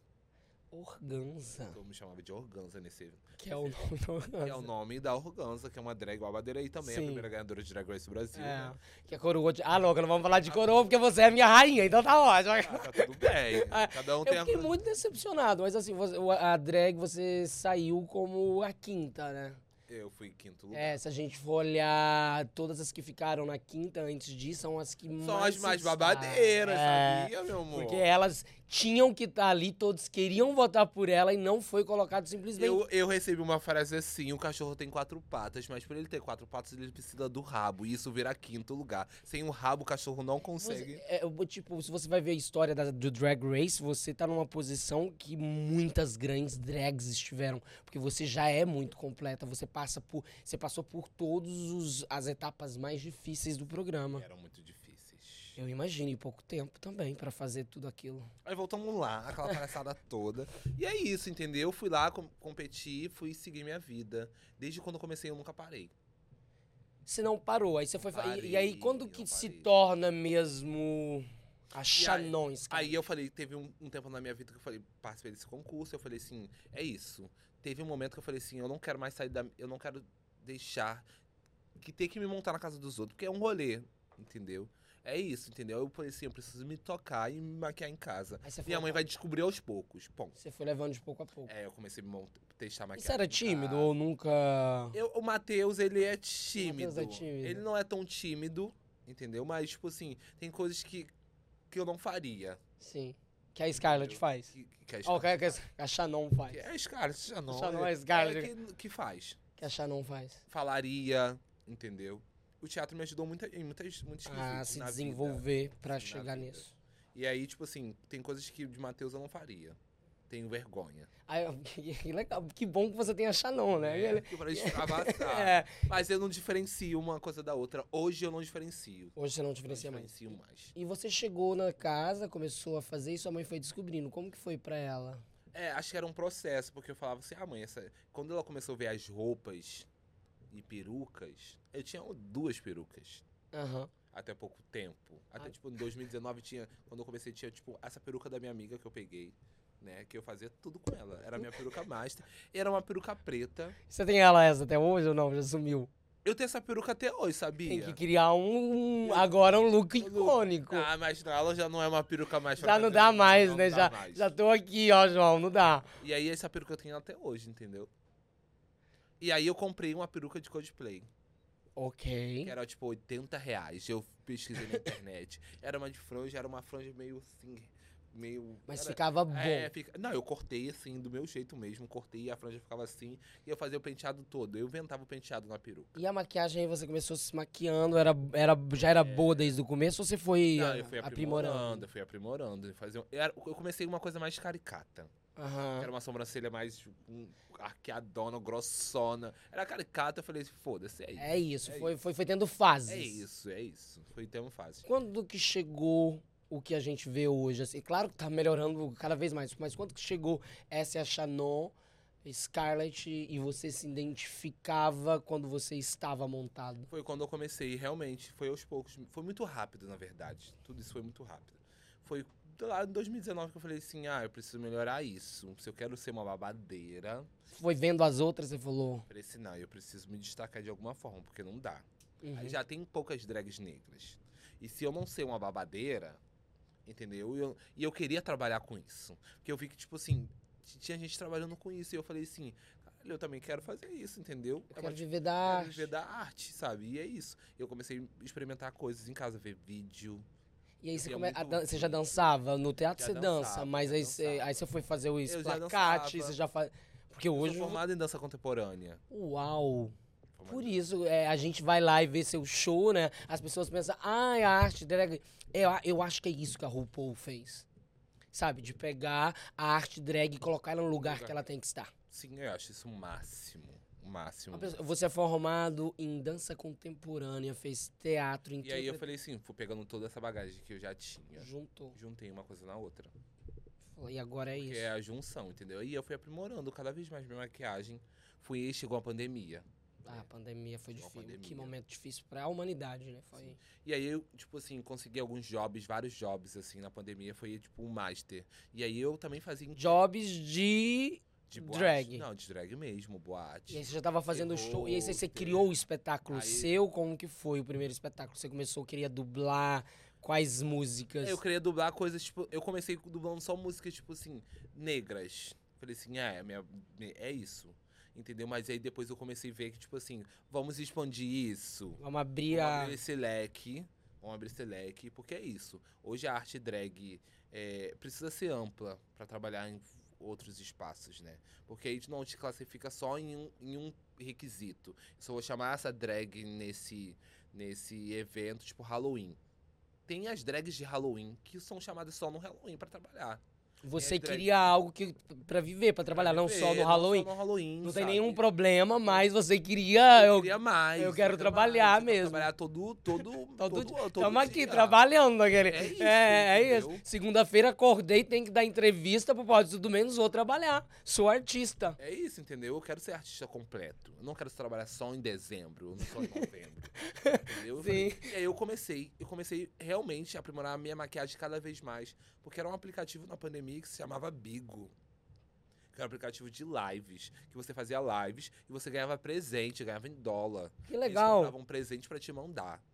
A: Organza.
B: Todo mundo me chamava de Organza nesse.
A: Que é o nome do
B: Que é o
A: Organza.
B: nome da Organza, que é uma drag babadeira e também é
A: Sim.
B: a primeira ganhadora de Drag Race do Brasil. né?
A: É, que é coroa de... Ah, louca, não vamos falar de coroa porque você é minha rainha, então tá ótimo.
B: Ah, tá tudo bem.
A: Ah,
B: Cada um tem
A: Eu
B: a
A: fiquei
B: coisa.
A: muito decepcionado, mas assim, você- o- a drag você saiu como a quinta, né?
B: Eu fui em quinto lugar.
A: É, se a gente for olhar, todas as que ficaram na quinta antes disso são as que mais.
B: São as
A: se
B: mais
A: destacam.
B: babadeiras,
A: É,
B: sabia, meu amor?
A: Porque elas tinham que estar ali, todos queriam votar por ela e não foi colocado simplesmente.
B: Eu, eu recebi uma frase assim: o cachorro tem quatro patas, mas pra ele ter quatro patas, ele precisa do rabo. E isso vira quinto lugar. Sem o rabo, o cachorro não consegue.
A: Você- é, eu- tipo, se você vai ver a história da- do Drag Race, você tá numa posição que muitas grandes drags estiveram, porque você já é muito completa, você passa por, você passou por todas as etapas mais difíceis do programa.
B: Eram muito difíceis. anos.
A: Eu imagino, e pouco tempo também pra fazer tudo aquilo.
B: Aí voltamos lá, aquela palhaçada toda. E é isso, entendeu? Fui lá, com competi, fui seguir minha vida. Desde quando eu comecei, eu nunca parei.
A: Você não parou, aí você foi. fa- e- e, aí,
B: parei,
A: quando
B: eu
A: que se
B: parei.
A: torna mesmo a Shannon Scarpa?
B: Aí eu falei, teve um, um tempo na minha vida que eu falei, participei desse concurso, eu falei assim, é isso. Teve um momento que eu falei assim, eu não quero mais sair da. Eu não quero deixar que ter que me montar na casa dos outros, porque é um rolê, entendeu? É isso, entendeu? Eu falei assim, eu preciso me tocar e me maquiar em casa.
A: Aí você foi,
B: Minha mãe vai descobrir aos poucos. Ponto.
A: Você foi levando de pouco a pouco.
B: É, eu comecei a me montar, testar
A: E
B: maquiagem.
A: você era
B: em
A: tímido
B: casa.
A: ou nunca.
B: Eu- o Matheus, ele é tímido.
A: Matheus é tímido.
B: Ele não é tão tímido, entendeu? Mas, tipo assim, tem coisas que, que eu não faria.
A: Sim. Que a Scarlett
B: Eu-
A: faz.
B: Que, que é a
A: Ó,
B: Scarlett
A: que, que a- que a Shannon faz.
B: Que É Scarlett, já não.
A: Já não é
B: é
A: Scarlett.
B: é que, que faz.
A: Que a Shannon faz.
B: Falaria, entendeu? O teatro me ajudou muita, em muitas, muitos
A: A
B: quesitos
A: Ah, se
B: na vida.
A: desenvolver pra
B: na
A: chegar
B: vida.
A: nisso.
B: E aí, tipo assim, tem coisas que de Matheus eu não faria. Tenho vergonha.
A: Aí, eu- que legal. Que bom que você tem a Shannon, né? Ele-
B: É, Porque Pra extravasar.
A: É.
B: Mas eu não diferencio uma coisa da outra. Hoje eu não diferencio.
A: Hoje você não
B: Não
A: diferencia mais.
B: diferencio mais.
A: E você chegou na casa, começou a fazer e sua mãe foi descobrindo. Como que foi pra ela?
B: É, acho que era um processo, porque eu falava assim, ah, mãe, essa... quando ela começou a ver as roupas e perucas, eu tinha duas perucas.
A: Aham.
B: até pouco tempo. Até,
A: Ah.
B: tipo, em 2019 tinha. Quando eu comecei, tinha, tipo, essa peruca da minha amiga que eu peguei, né? Que eu fazia tudo com ela. Era a minha peruca master. Era uma peruca preta.
A: Você tem ela essa até hoje ou não? Já sumiu?
B: Eu tenho essa peruca até hoje,
A: Tem
B: sabia?
A: que criar um, agora um look
B: é. Um look.
A: icônico.
B: Ah, mas não, ela já não é uma peruca mais
A: já não
B: fantástica,
A: dá mais,
B: não
A: né?
B: dá
A: já,
B: mais.
A: já tô aqui, ó, João, não dá.
B: E aí essa peruca eu tenho até hoje, entendeu? E aí eu comprei uma peruca de cosplay. que
A: Ok.
B: era tipo 80 reais. Eu pesquisei na internet. Era uma de franja, era uma franja meio assim. Meio.
A: Mas
B: era-
A: ficava bom.
B: É, fica... Não, eu cortei assim, do meu jeito mesmo. Cortei, a franja ficava assim. E eu fazia o penteado todo. Eu inventava o penteado na peruca.
A: E a maquiagem aí você começou se maquiando, era, era, já era boa desde o começo ou você foi,
B: É. Não,
A: ah,
B: eu fui aprimorando,
A: aprimorando?
B: eu fui aprimorando. eu Fazia... um, Eu, era- eu comecei uma coisa mais caricata.
A: Aham.
B: Era uma sobrancelha mais um, arqueadona, grossona. Era caricata, eu falei assim, foda-se, é isso.
A: É isso,
B: É
A: foi, foi, foi tendo fases.
B: É isso, é isso. Foi tão fácil.
A: Quando que chegou o que a gente vê hoje? Assim, claro que tá melhorando cada vez mais, mas quando que chegou essa é a Shannon, Scarlett, e você se identificava quando você estava montado?
B: Foi quando eu comecei, realmente. Foi aos poucos. Foi muito rápido, na verdade. Tudo isso foi muito rápido. Foi lá em 2019 que eu falei assim: ah, eu preciso melhorar isso. Se eu quero ser uma babadeira,
A: Foi vendo as outras e falou.
B: eu falei assim: não, eu preciso me destacar de alguma forma, porque não dá.
A: uhum.
B: Aí já tem poucas drags negras. E se eu não ser uma babadeira, entendeu? E eu, e eu queria trabalhar com isso. Porque eu vi que, tipo assim, t- tinha gente trabalhando com isso. E eu falei assim: caralho, eu também quero fazer isso, entendeu?
A: Eu
B: É
A: quero
B: uma
A: viver da arte.
B: quero viver da arte, sabe? E é isso. Eu comecei a experimentar coisas em casa, ver vídeo.
A: E aí você,
B: queria
A: come- a
B: muito
A: dan- você já
B: vídeo.
A: dançava? No teatro
B: Já
A: você dança,
B: dançava,
A: mas
B: já
A: aí você,
B: dançava.
A: aí você foi fazer o
B: já
A: placate,
B: dançava.
A: você já faz. Porque
B: Eu
A: hoje.
B: sou formado em dança contemporânea.
A: Uau!
B: Formado
A: Por
B: em-
A: isso, é, a gente vai lá e vê seu show, né? As pessoas pensam, ah, é a arte drag. Eu, a- eu acho que é isso que a RuPaul fez. Sabe? De pegar a arte drag e colocar ela no lugar que ela tem que estar.
B: Sim, eu acho isso o máximo. O máximo.
A: Uma pessoa- você é formado em dança contemporânea, fez teatro,
B: E aí eu
A: interpretação.
B: falei assim, fui pegando toda essa bagagem que eu já tinha.
A: Juntou.
B: Juntei uma coisa na outra.
A: E agora é
B: Que
A: isso.
B: é a junção, entendeu? E eu fui aprimorando cada vez mais minha maquiagem. Fui chegou a pandemia.
A: Ah, a pandemia foi
B: Chegou É. a
A: difícil. Que
B: pandemia.
A: momento difícil pra humanidade, né? Foi.
B: Sim. E aí eu, tipo assim, consegui alguns jobs, vários jobs, assim, na pandemia. Foi, tipo, um master. E aí eu também fazia em-
A: Jobs de.
B: de boate.
A: Drag.
B: Não, de drag mesmo, boate.
A: E aí você já tava fazendo o show. E aí você, você
B: Terror, é.
A: criou o espetáculo
B: Aí-
A: seu? Como que foi o primeiro espetáculo? Você começou, queria dublar quais músicas?
B: Eu queria dublar coisas, tipo, eu comecei dublando só músicas, tipo assim, negras. Falei assim, ah, é, minha, é isso. Entendeu? Mas aí depois eu comecei a ver que, tipo assim, vamos expandir isso.
A: Vamos abrir
B: Vamos
A: a.
B: abrir esse leque. Vamos abrir esse leque, porque é isso. Hoje a arte drag é, precisa ser ampla para trabalhar em outros espaços, né? Porque a gente não te classifica só em um, em um requisito. Só vou chamar essa drag nesse, nesse evento, tipo Halloween. Tem as drags de Halloween que são chamadas só no Halloween para trabalhar.
A: Você
B: É drag.
A: queria algo que para viver, pra trabalhar, não
B: Viver,
A: só no Halloween.
B: Não, só no Halloween,
A: Não tem
B: sabe?
A: nenhum problema, mas você queria.
B: Eu
A: Eu...
B: queria mais.
A: eu quero
B: queria
A: trabalhar
B: mais, eu quero
A: mesmo.
B: Trabalhar todo, todo,
A: Todo
B: todo,
A: di-
B: todo
A: Estamos aqui
B: dia.
A: trabalhando, aquele.
B: É isso,
A: É, é isso.
B: entendeu?
A: Segunda-feira acordei, tem que dar entrevista pro Pode Tudo Menos, vou trabalhar. Sou artista.
B: É isso, entendeu? Eu quero ser artista completo. Eu não quero trabalhar só em dezembro, não só em novembro. entendeu? Eu falei- e aí eu comecei, eu comecei realmente a aprimorar a minha maquiagem cada vez mais. Porque era um aplicativo na pandemia que se chamava Bigo. Que era um aplicativo de lives. Que você fazia lives e você ganhava presente, ganhava em dólar.
A: Que
B: Eles
A: legal.
B: compravam um presente pra te mandar.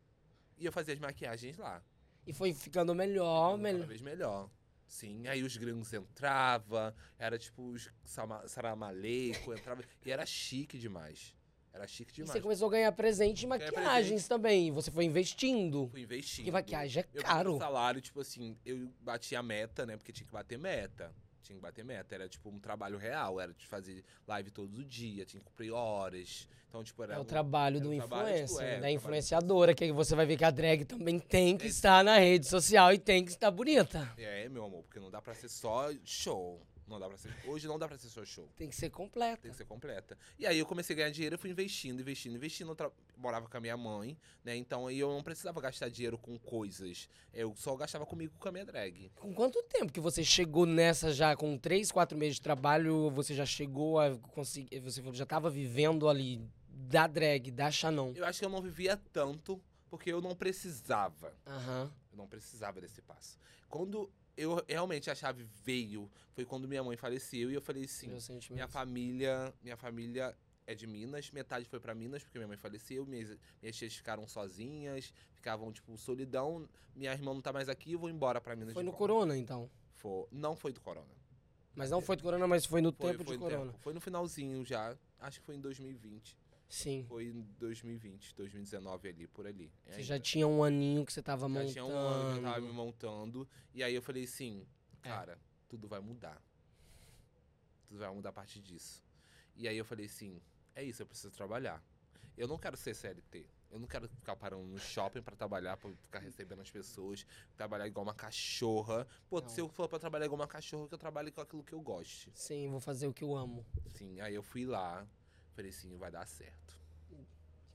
B: E eu fazia as maquiagens lá.
A: E foi ficando melhor,
B: Cada
A: melhor.
B: vez melhor. Sim, aí os gringos entravam, era tipo os sama- saramaleco, entrava. e era chique demais. Era chique
A: E
B: demais.
A: você começou a ganhar presente e
B: Ganhar
A: maquiagens também. E você foi investindo.
B: Fui investindo.
A: Porque maquiagem é
B: Tipo, Eu
A: caro.
B: ganhava salário, tipo assim, eu bati a meta, né? Porque tinha que bater meta. Tinha que bater meta. Era tipo um trabalho real. Era de fazer live todo dia, tinha que cumprir horas. Então, tipo, era.
A: É o
B: um-
A: trabalho
B: era
A: do
B: um trabalho, tipo,
A: influencer,
B: é,
A: da
B: um trabalho-
A: influenciadora, que aí você vai ver que a drag também tem que
B: É.
A: estar na rede social e tem que estar bonita.
B: É, meu amor, porque não dá pra ser só show. Não dá pra ser. Hoje não dá pra ser só show.
A: Tem que ser completa.
B: Tem que ser completa. E aí eu comecei a ganhar dinheiro, eu fui investindo, investindo, investindo. Eu tra- morava com a minha mãe, né? Então aí eu não precisava gastar dinheiro com coisas. Eu só gastava comigo com a minha drag.
A: Com quanto tempo que você chegou nessa já? Com três, quatro meses de trabalho, você já chegou a conseguir. Você já tava vivendo ali da drag, da Xanon.
B: Eu acho que eu não vivia tanto porque eu não precisava.
A: Aham.
B: Eu não precisava desse passo. Quando eu realmente a chave veio, foi quando minha mãe faleceu e eu falei assim:
A: Meu
B: Minha
A: sentimento.
B: família, minha família é de Minas, metade foi pra Minas porque minha mãe faleceu, minhas, minhas tias ficaram sozinhas, ficavam tipo solidão. Minha irmã não tá mais aqui, eu vou embora pra Minas.
A: Foi
B: de
A: no
B: volta.
A: Corona, então.
B: Foi- não foi do corona.
A: Mas não foi do Corona, mas foi no
B: Foi,
A: tempo
B: foi
A: de
B: no
A: Corona.
B: tempo. Foi no finalzinho já. Acho que foi em 2020.
A: Sim.
B: Foi em 2020, 2019 ali, por ali.
A: Você
B: É ainda.
A: já tinha um aninho que você tava
B: Já
A: montando.
B: tinha um ano que eu tava me montando. E aí eu falei assim,
A: É.
B: cara, tudo vai mudar. Tudo vai mudar a partir disso. E aí eu falei assim, é isso, eu preciso trabalhar. Eu não quero ser CLT. Eu não quero ficar parando no shopping pra trabalhar, pra ficar recebendo as pessoas, trabalhar igual uma cachorra. Pô,
A: Não.
B: se eu for pra trabalhar igual uma cachorra, que eu trabalhe com aquilo que eu goste.
A: Sim, vou fazer o que eu amo.
B: Sim, aí eu fui lá, falei assim, vai dar certo.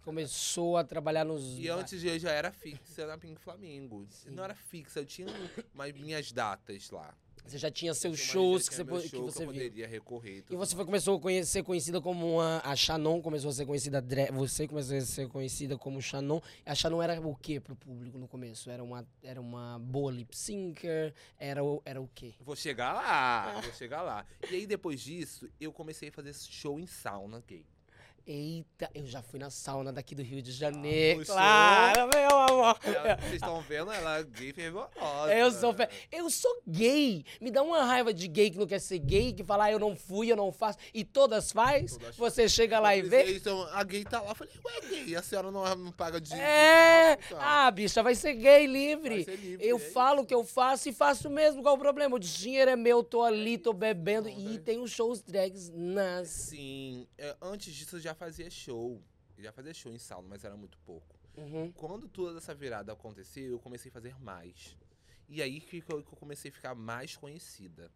A: Começou a trabalhar nos.
B: E antes eu já era fixa na Pink Flamingo. Não era fixa, eu tinha umas minhas datas lá.
A: Você já tinha
B: Eu
A: seus
B: tinha uma
A: shows
B: lista,
A: que
B: tinha
A: você,
B: meu
A: po- que
B: show
A: você
B: eu
A: viu.
B: poderia recorrer.
A: E
B: tudo
A: você
B: mais.
A: foi- começou a conhe- ser conhecida como uma. A Shannon começou a ser conhecida. dre- Você começou a ser conhecida como Shannon. A Shannon era o quê pro público no começo? Era uma, era uma boa lip syncer? Era, o- era o quê?
B: Vou chegar
A: Ah.
B: lá, vou chegar lá. E aí depois disso, eu comecei a fazer show em sauna gay.
A: Eita, eu já fui na sauna daqui do Rio de Janeiro.
B: puxou.
A: claro, meu amor.
B: Ela- Vocês estão vendo? Ela é gay fervorosa.
A: Eu sou, fe- eu sou gay. Me dá uma raiva de gay que não quer ser gay, que fala, ah, eu não fui, eu não faço. E todas faz.
B: Todas
A: Você chega lá e
B: Eles-
A: vê.
B: eles tão- a gay tá lá, eu falei, ué, gay, a senhora não, não paga de...
A: É!
B: Então,
A: Ah, bicha, vai ser gay
B: vai
A: livre.
B: ser livre,
A: Eu
B: é isso.
A: falo o que eu faço e faço mesmo. Qual o problema? O dinheiro é meu, tô ali, tô bebendo.
B: Não,
A: E
B: né?
A: tem os shows drags nas.
B: Sim, é, antes disso eu já fazia show. Eu já fazia show em sauna, mas era muito pouco.
A: Uhum.
B: Quando toda essa virada aconteceu, eu comecei a fazer mais. E aí que que eu que eu comecei a ficar mais conhecida.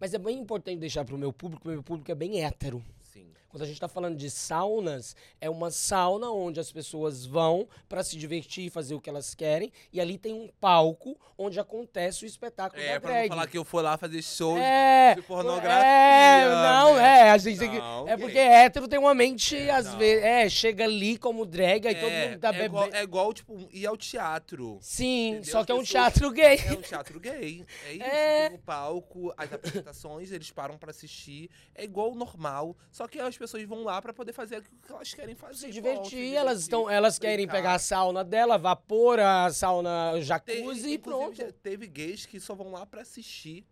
A: Mas é bem importante deixar pro meu público, meu público é bem hétero.
B: Sim.
A: Quando a gente tá falando de saunas, é uma sauna onde as pessoas vão pra se divertir, fazer o que elas querem. E ali tem um palco onde acontece o espetáculo
B: É,
A: da
B: pra não
A: drag.
B: falar que eu fui lá fazer show
A: É,
B: de pornografia.
A: É, não,
B: né?
A: é. A gente tem que.
B: Não,
A: É
B: ok.
A: porque hétero tem uma mente,
B: É,
A: às
B: não.
A: vezes. É, chega ali como drag, aí todo
B: É,
A: mundo tá
B: é
A: bebendo.
B: igual, é igual, tipo, ir ao teatro.
A: Sim,
B: Entendeu?
A: só
B: As
A: que é um
B: pessoas-
A: teatro gay.
B: É um teatro gay. É isso.
A: É.
B: Tem o palco, as apresentações, eles param pra assistir. É igual o normal. Só que as pessoas vão lá pra poder fazer aquilo que elas querem
A: Se
B: fazer. ponto,
A: divertir, elas estão, elas querem
B: brincar.
A: pegar a sauna dela, vapor, a sauna
B: Tem-
A: jacuzzi e
B: inclusive,
A: pronto.
B: já Teve gays que só vão lá pra assistir.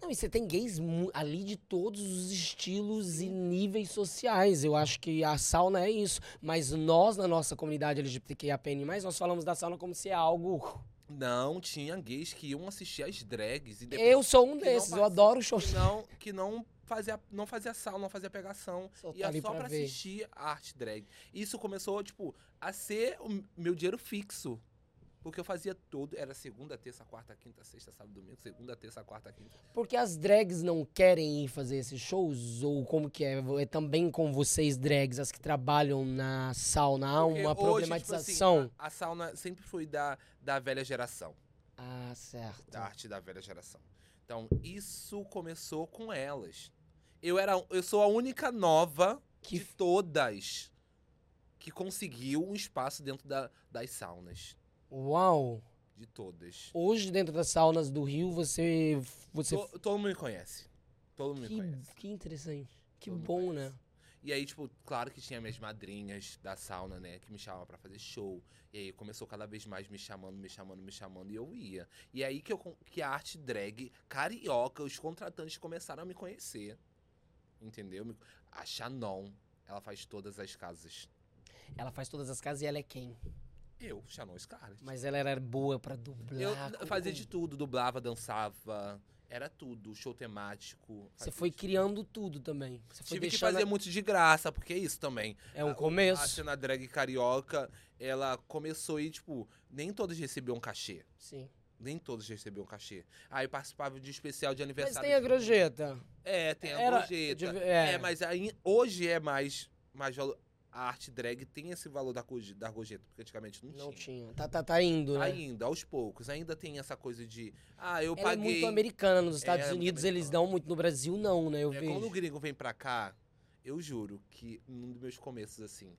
A: Não, e você tem gays mu- ali de todos os estilos e níveis sociais. Eu acho que a sauna é isso. Mas nós, na nossa comunidade LGBTQIAPN+, nós falamos da sauna como se é algo...
B: Não, tinha gays que iam assistir as drags. E depois
A: Eu sou um
B: que não
A: desses, eu
B: participa-
A: adoro show.
B: que não, que não fazia, não fazia sal, não fazia pegação.
A: Só tá
B: Ia
A: ali
B: é só
A: pra
B: pra
A: ver.
B: assistir a arte drag. Isso começou, tipo, a ser o meu dinheiro fixo. Porque eu fazia todo, era segunda, terça, quarta, quinta, sexta, sábado, domingo, segunda, terça, quarta, quinta.
A: Porque as drags não querem ir fazer esses shows? Ou como que é? É também com vocês, drags, as que trabalham na sauna, há
B: Porque
A: uma
B: hoje,
A: problematização?
B: Tipo assim, a, a sauna sempre foi da, da velha geração.
A: Ah, certo.
B: da arte da velha geração. Então, isso começou com elas. Eu era, eu sou a única nova
A: Que
B: de todas que conseguiu um espaço dentro da- das saunas,
A: Uau!
B: de todas.
A: Hoje, dentro das saunas do Rio, você. você...
B: To- todo mundo me conhece. Todo mundo me conhece.
A: Que, que interessante. Que
B: Todo mundo
A: bom,
B: conhece.
A: né?
B: E aí, tipo, claro que tinha minhas madrinhas da sauna, né? Que me chamavam pra fazer show. E aí começou cada vez mais me chamando, me chamando, me chamando. E eu ia. E aí que, eu, con- que a arte drag carioca, os contratantes começaram a me conhecer. Entendeu? Me- A Shannon, ela faz todas as casas.
A: Ela faz todas as casas e ela é quem?
B: Eu, Shannon Scarlett.
A: Mas ela era boa pra dublar.
B: eu
A: como- é?
B: fazia
A: como-
B: de tudo. Dublava, dançava. Era tudo. Show temático.
A: Você
B: fazia
A: foi
B: de tudo.
A: criando tudo também. Você foi
B: Tive que
A: deixando.
B: fazer muito de graça, porque é isso também.
A: É um
B: A
A: começo.
B: cena Ah, drag carioca, ela começou e, tipo, nem todos recebiam um cachê.
A: Sim.
B: Nem todos recebiam um cachê. Aí participava de especial de
A: Mas
B: aniversário.
A: tem a
B: de-
A: grojeta.
B: É, tem a
A: Era-
B: gorjeta.
A: de-
B: É.
A: é.
B: mas aí, hoje é mais, mais valor. A arte drag tem esse valor da, gorje- da gorjeta, porque antigamente não,
A: Não tinha. Tá, tá, tá indo, né?
B: Ainda, aos poucos. Ainda tem essa coisa de. Ah, eu
A: ela é
B: paguei.
A: muito americana. Nos Estados
B: É, é muito
A: Unidos eles
B: americana.
A: dão muito. No Brasil, não, né? Eu
B: É, quando o
A: vejo.
B: gringo vem pra cá, eu juro que num dos meus começos, assim,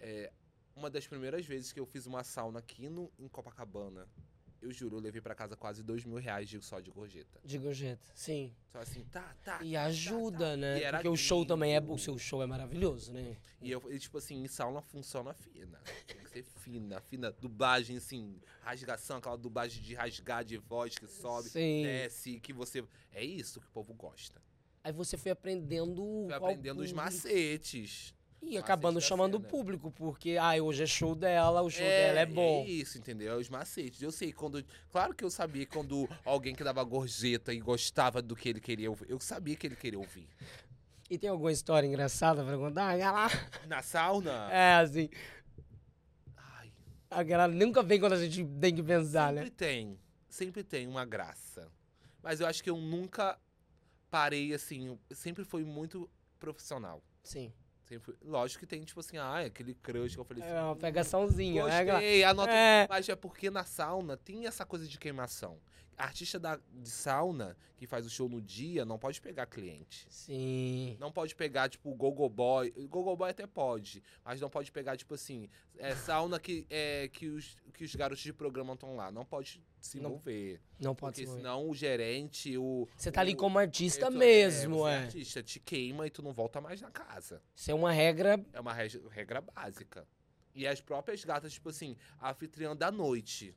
B: é, uma das primeiras vezes que eu fiz uma sauna aqui no, em Copacabana, eu juro, eu levei pra casa quase dois mil reais de- só de gorjeta.
A: De gorjeta. Sim.
B: Só assim, tá, tá.
A: E ajuda,
B: E
A: né?
B: era
A: Porque o show também é.
B: gringo.
A: O seu show é maravilhoso, né?
B: E eu, e, tipo assim, em sauna funciona fina. Tem que ser fina, fina. Dublagem, assim, rasgação, aquela dublagem de rasgar de voz que sobe,
A: Sim.
B: desce, que você. É isso que o povo gosta.
A: Aí você foi aprendendo.
B: Foi
A: qual
B: aprendendo os
A: público.
B: macetes.
A: E acabando
B: macetes da
A: chamando o
B: é cena.
A: público, porque ah, hoje é show dela, o show dela é bom.
B: isso, entendeu? Os macetes. Eu sei quando. Claro que eu sabia quando alguém que dava gorjeta e gostava do que ele queria ouvir. Eu sabia que ele queria ouvir.
A: E tem alguma história engraçada pra contar? A galera,
B: Na sauna.
A: é assim,
B: Ai,
A: a galera nunca vem quando a gente tem que pensar,
B: sempre
A: né?
B: tem. Sempre tem uma graça. Mas eu acho que eu nunca parei assim. eu Sempre foi muito profissional.
A: Sim.
B: Sempre fui- Lógico que tem, tipo assim, ah, aquele crush que eu falei assim.
A: É uma pegaçãozinha, né? galera?
B: Gostei, anota
A: É.
B: Mas é porque na sauna tem essa coisa de queimação. Artista da, de sauna que faz o show no dia não pode pegar cliente.
A: Sim.
B: Não pode pegar, tipo, o Gogo Boy. O Gogo Boy até pode, mas não pode pegar, tipo assim, é, sauna que, é, que, os, que os garotos de programa estão lá. Não pode se
A: Não
B: envolver.
A: Não pode
B: Porque
A: ser.
B: senão o gerente, o.
A: Você tá ali
B: o-
A: como artista
B: é, tu-
A: mesmo,
B: você
A: é.
B: Artista, te queima e tu não volta mais na casa.
A: Isso é uma regra.
B: É uma reg- regra básica. E as próprias gatas, tipo assim, a anfitriã da noite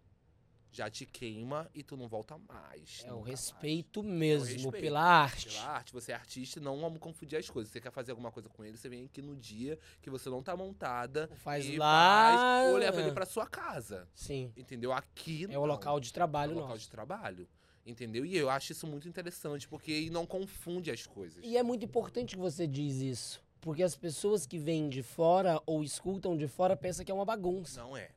B: já te queima e tu não volta mais.
A: É o
B: nunca mais.
A: respeito mesmo
B: respeito
A: pela arte.
B: Pela arte, você é artista, não vamos confundir as coisas. Você quer fazer alguma coisa com ele, você vem aqui no dia que você não tá montada.
A: Faz
B: e
A: lá.
B: faz, ou leva ele pra sua casa.
A: Sim.
B: Entendeu? Aqui
A: É o local de trabalho
B: trabalho, local
A: nosso.
B: de trabalho. Entendeu? E eu acho isso muito interessante, porque aí não confunde as coisas.
A: E é muito importante que você diz isso. Porque as pessoas que vêm de fora ou escutam de fora pensam que é uma bagunça.
B: Não é.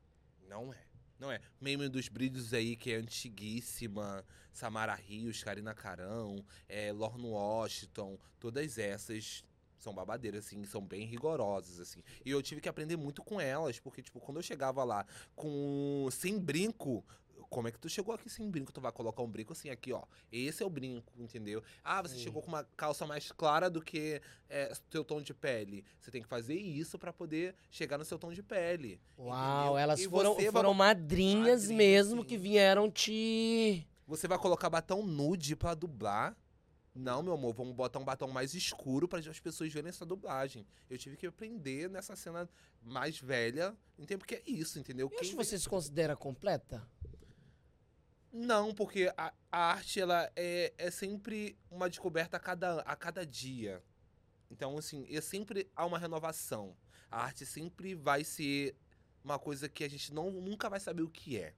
B: Não é. Não é. Meme dos brilhos aí, que é antiguíssima. Samara Rios, Karina Carão, é, Lorna Washington. Todas essas são babadeiras, assim. São bem rigorosas, assim. E eu tive que aprender muito com elas. Porque, tipo, quando eu chegava lá com... Sem brinco... Como é que tu chegou aqui sem brinco? Tu vai colocar um brinco assim aqui, ó. Esse é o brinco, entendeu? Ah, você
A: Sim.
B: chegou com uma calça mais clara do que é, teu tom de pele. Você tem que fazer isso pra poder chegar no seu tom de pele.
A: Uau,
B: Entendeu?
A: elas
B: E
A: foram,
B: você vai
A: foram
B: bo-
A: madrinhas
B: Madrinha,
A: mesmo
B: sim.
A: que vieram te.
B: Você vai colocar batom nude pra dublar? Não, meu amor, vamos botar um batom mais escuro para as pessoas verem essa dublagem. Eu tive que aprender nessa cena mais velha, entendeu? Porque é isso, entendeu?
A: Eu acho que
B: vê-
A: você se considera completa?
B: Não, porque a, a arte ela é, é sempre uma descoberta a cada, a cada dia. Então, assim, é sempre há uma renovação. A arte sempre vai ser uma coisa que a gente não, nunca vai saber o que é.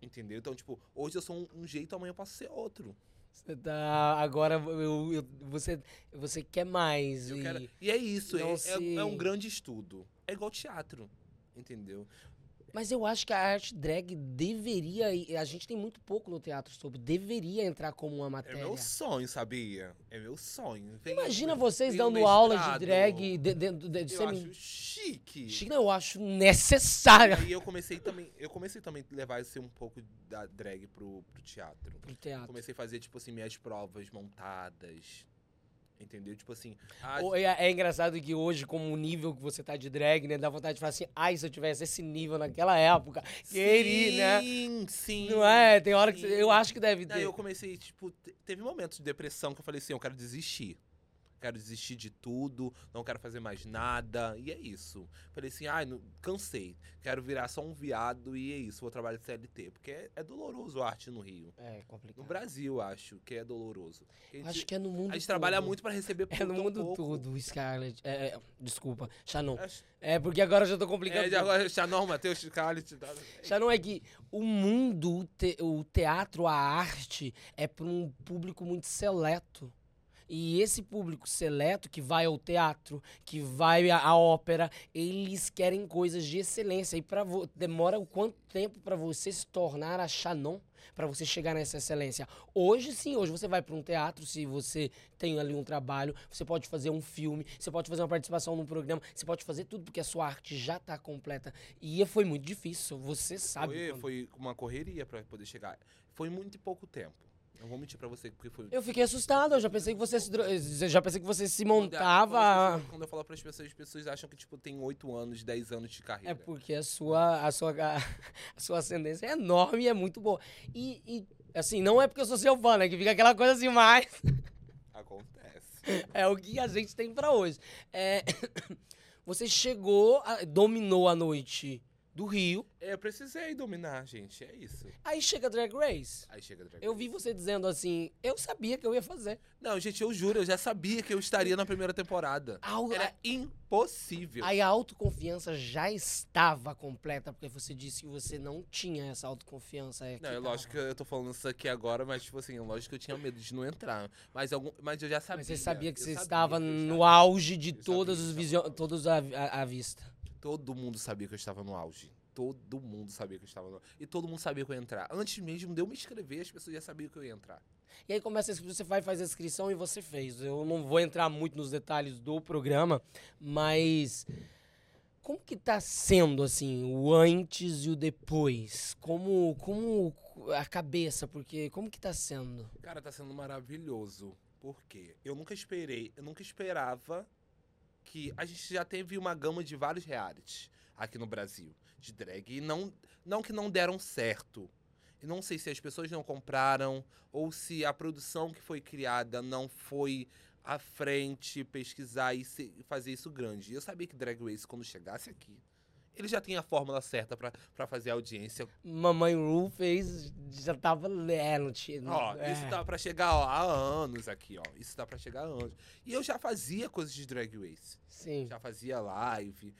B: Entendeu? Então, tipo, hoje eu sou um, um jeito, amanhã eu posso ser outro.
A: Você tá. Agora eu- eu- você, você quer mais.
B: Eu
A: e-
B: quero- E é isso, é,
A: não
B: é- é
A: se-
B: um grande estudo. É igual teatro, entendeu?
A: Mas eu acho que a arte drag deveria. e A gente tem muito pouco no teatro sobre. Deveria entrar como uma
B: É
A: matéria.
B: meu sonho, sabia? É meu sonho. Vem-
A: Imagina vocês
B: vem
A: dando
B: um
A: aula de
B: mestrado.
A: drag. De, de, de, de,
B: Eu
A: semi-
B: acho chique.
A: Chique, não, eu acho necessária
B: E eu comecei também, eu comecei também a levar esse um pouco da drag pro, pro teatro.
A: pro teatro.
B: Comecei a fazer, tipo assim, minhas provas montadas. Entendeu? Tipo assim. ah,
A: Ou- É, é engraçado que hoje, como o nível que você tá de drag, né? Dá vontade de falar assim, ai, se eu tivesse esse nível naquela época, queria, né?
B: Sim, sim.
A: Não é? Tem hora que
B: sim.
A: você- eu acho que deve ter.
B: Daí eu comecei, tipo, te- teve momentos de depressão que eu falei assim, eu quero desistir. Quero desistir de tudo, não quero fazer mais nada. E é isso. Falei assim, ai, não- cansei. Quero virar só um viado e é isso, vou trabalhar de CLT. Porque é, é doloroso a arte no Rio.
A: É
B: No
A: complicado.
B: Brasil, acho que é doloroso. A gente,
A: Acho que é no mundo
B: a gente trabalha
A: todo.
B: muito pra receber
A: É no
B: tão
A: mundo
B: pouco.
A: todo, Scarlett. É, é, desculpa, Shannon.
B: Acho-
A: É porque agora eu já tô complicando.
B: É, de agora, Xanon, Matheus, Scarlett. tá-
A: Shannon é que o mundo, o, te- o teatro, a arte é para um público muito seleto. E esse público seleto que vai ao teatro, que vai à, à ópera, eles querem coisas de excelência. E para demora o quanto tempo para você se tornar a Shannon, para você chegar nessa excelência? Hoje sim, hoje você vai para um teatro, se você tem ali um trabalho, você pode fazer um filme, você pode fazer uma participação num programa, você pode fazer tudo porque a sua arte já tá completa. E é, foi muito difícil, você sabe.
B: Foi,
A: quando-
B: foi uma correria pra poder chegar. Foi muito pouco tempo. Não vou mentir pra você, porque foi
A: Eu fiquei assustado, eu já pensei que você se, dro- eu já pensei que você se
B: Quando- quando as
A: montava
B: pessoas- Quando eu falo pras pessoas, as pessoas acham que, tipo, tem 8 anos, 10 anos de carreira.
A: É porque a sua, a sua, a sua ascendência é enorme e é muito boa. E, e, assim, não é porque eu sou seu fã, né? Que fica aquela coisa assim, mas
B: Acontece.
A: é o que a gente tem pra hoje. É, você chegou, a- dominou a noite do Rio,
B: eu precisei dominar, gente. É isso.
A: aí chega Drag Race.
B: Aí chega Drag
A: Eu vi
B: Race.
A: você dizendo assim, eu sabia que eu ia fazer.
B: Não, gente, eu juro, eu já sabia que eu estaria na primeira temporada.
A: A au-
B: Era impossível.
A: Aí a autoconfiança já estava completa, porque você disse que você não tinha essa autoconfiança. É que
B: Não, é
A: tava.
B: lógico que eu tô falando isso aqui agora, mas, tipo assim, é lógico que eu tinha medo de não entrar. Mas, algum, mas eu já sabia.
A: Mas você sabia que
B: eu
A: você
B: sabia
A: estava
B: que eu
A: no
B: estava-
A: auge de
B: Eu sabia
A: todas
B: que
A: os
B: eu
A: visio...
B: estava no auge.
A: todos à à- à vista.
B: Todo mundo sabia que eu estava no auge. Todo mundo sabia que eu estava no auge. E todo mundo sabia que eu ia entrar. Antes mesmo de eu me inscrever, as pessoas já sabiam que eu ia entrar.
A: E aí começa a inscri- você vai fazer a inscrição e você fez. Eu não vou entrar muito nos detalhes do programa, mas como que tá sendo assim, o antes e o depois? Como como a cabeça, porque como que tá sendo?
B: Cara, tá sendo maravilhoso. Por quê? Eu nunca esperei, eu nunca esperava que a gente já teve uma gama de vários realities aqui no Brasil de drag e não não que não deram certo. Eu não sei se as pessoas não compraram ou se a produção que foi criada não foi à frente pesquisar e se- fazer isso grande. E Eu sabia que Drag Race quando chegasse aqui, ele já tinha a fórmula certa pra pra fazer a audiência
A: Mamãe Ru fez já tava é, não tinha,
B: Ó,
A: é.
B: isso tá- dá pra chegar ó, há anos aqui, ó. Isso dá pra chegar há anos. E eu já fazia coisas de drag race.
A: Sim.
B: Já fazia live,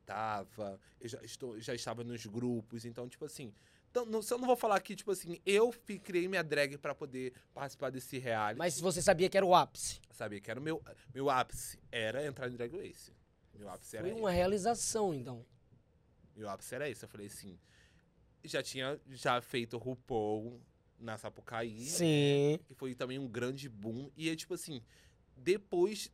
B: comentava, eu já, estou, já estava nos grupos. Então, tipo assim. Então, não, se eu não vou falar aqui, tipo assim, eu fi- criei minha drag pra poder participar desse reality.
A: Mas você sabia que era o ápice.
B: Sabia que era o meu, meu ápice. Era entrar em drag race. Meu ápice era
A: Foi uma
B: esse.
A: realização, então.
B: Meu ápice era esse. Eu falei assim. Já tinha já feito RuPaul na Sapucaí.
A: Sim.
B: que foi também um grande boom. E é tipo assim, depois.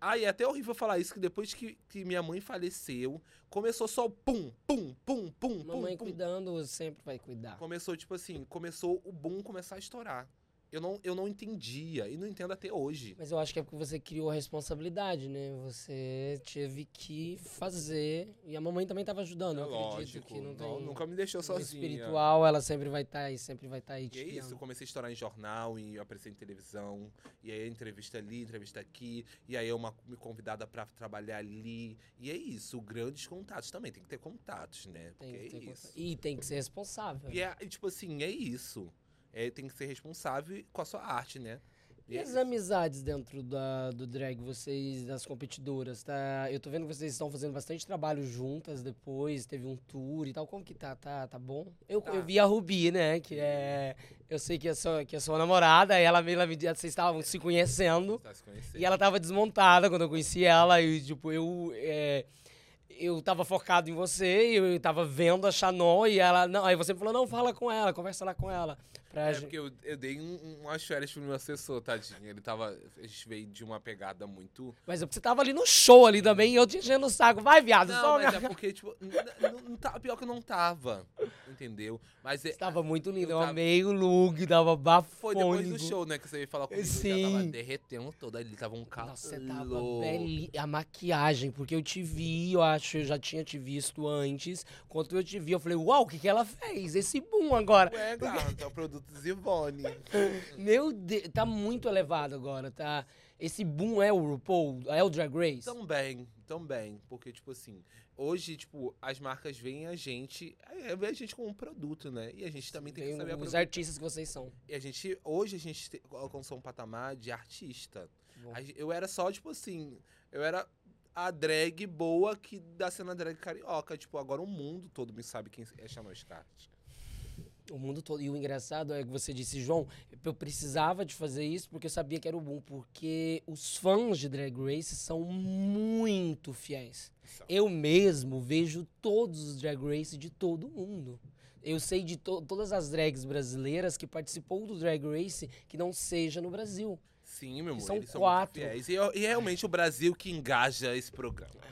B: Ah, e é até horrível falar isso, que depois que, que minha mãe faleceu, começou só o pum, pum, pum, pum,
A: Mamãe
B: pum, pum.
A: cuidando sempre vai cuidar.
B: Começou, tipo assim, começou o boom começar a estourar. Eu não, eu não entendia e não entendo até hoje.
A: Mas eu acho que é porque você criou a responsabilidade, né? Você teve que fazer. E a mamãe também estava ajudando, eu acredito que não tem.
B: É nunca me deixou
A: no
B: sozinha.
A: espiritual, ela sempre vai estar aí, sempre vai estar aí. te
B: E é isso, eu
A: guiando.
B: comecei a estourar em jornal, e eu apareci em televisão, e aí entrevista ali, entrevista aqui, e aí eu uma, me convidada pra trabalhar ali. E é isso, grandes contatos também, tem que ter contatos, né?
A: Tem
B: Porque
A: que
B: é
A: ter
B: isso.
A: conta- E tem que ser responsável. né?
B: E é, e, tipo assim, é isso. É, tem que ser responsável com a sua arte, né?
A: E
B: é
A: as
B: isso.
A: amizades dentro da, do drag, vocês, das competidoras, tá? Eu tô vendo que vocês estão fazendo bastante trabalho juntas depois, teve um tour e tal. Como que tá? Tá, tá bom? Eu,
B: Tá.
A: eu vi a Rubi, né? Que é. Eu sei que é sua, que é sua namorada, e ela, me- ela me disse, vocês estavam se conhecendo.
B: Tá se conhecendo.
A: E ela tava desmontada quando eu conheci ela. E, tipo, eu. é, eu tava focado em você, eu, eu tava vendo a Xanon e ela. Não, aí você me falou, não, fala com ela, conversa lá com ela. Pra
B: É
A: gente-
B: porque eu, eu dei um, umas férias pro meu assessor, tadinho. Ele tava. A gente veio de uma pegada muito.
A: Mas é porque você tava ali no show ali também e eu te enchendo o saco. Vai, viado,
B: Não,
A: só
B: mas
A: me-
B: é porque, tipo, n- n- não tá, pior que eu não tava. Entendeu? Mas é-
A: Você Tava muito lindo, eu
B: tava-
A: amei o look, tava bafônico.
B: foi depois do show, né? Que você veio falar comigo. Eu já
A: Sim.
B: tava derretendo toda ali, tava um calor.
A: Nossa, você tava beli... A maquiagem, porque eu te vi, eu acho, eu já tinha te visto antes. Quando eu te vi, eu falei, uau, o que, que ela fez? Esse boom agora.
B: Ué, gata, é produto Zivone.
A: Meu Deus, tá muito elevado agora, tá? Esse boom é o RuPaul, é o Drag Race.
B: Então, Também, também. Porque, tipo assim, hoje, tipo, as marcas veem a gente, é, vê a gente como um produto, né? E a gente também tem,
A: Tem
B: que saber
A: os
B: aproveitar.
A: artistas que vocês são.
B: E a gente, hoje a gente te- alcançou um patamar de artista.
A: Bom.
B: A gen- Eu era só, tipo assim, eu era a drag boa que da cena drag carioca. Tipo, agora o mundo todo me sabe quem é Chanel Start.
A: O mundo todo. E o engraçado é que você disse, João, eu precisava de fazer isso porque eu sabia que era o boom. Porque os fãs de Drag Race são muito fiéis.
B: São.
A: Eu mesmo vejo todos os Drag Race de todo mundo. Eu sei de to- todas as drags brasileiras que participou do Drag Race que não seja no Brasil.
B: Sim, meu amor,
A: São
B: eles são
A: quatro.
B: muito fiéis. E, eu- e é realmente o Brasil que engaja esse programa.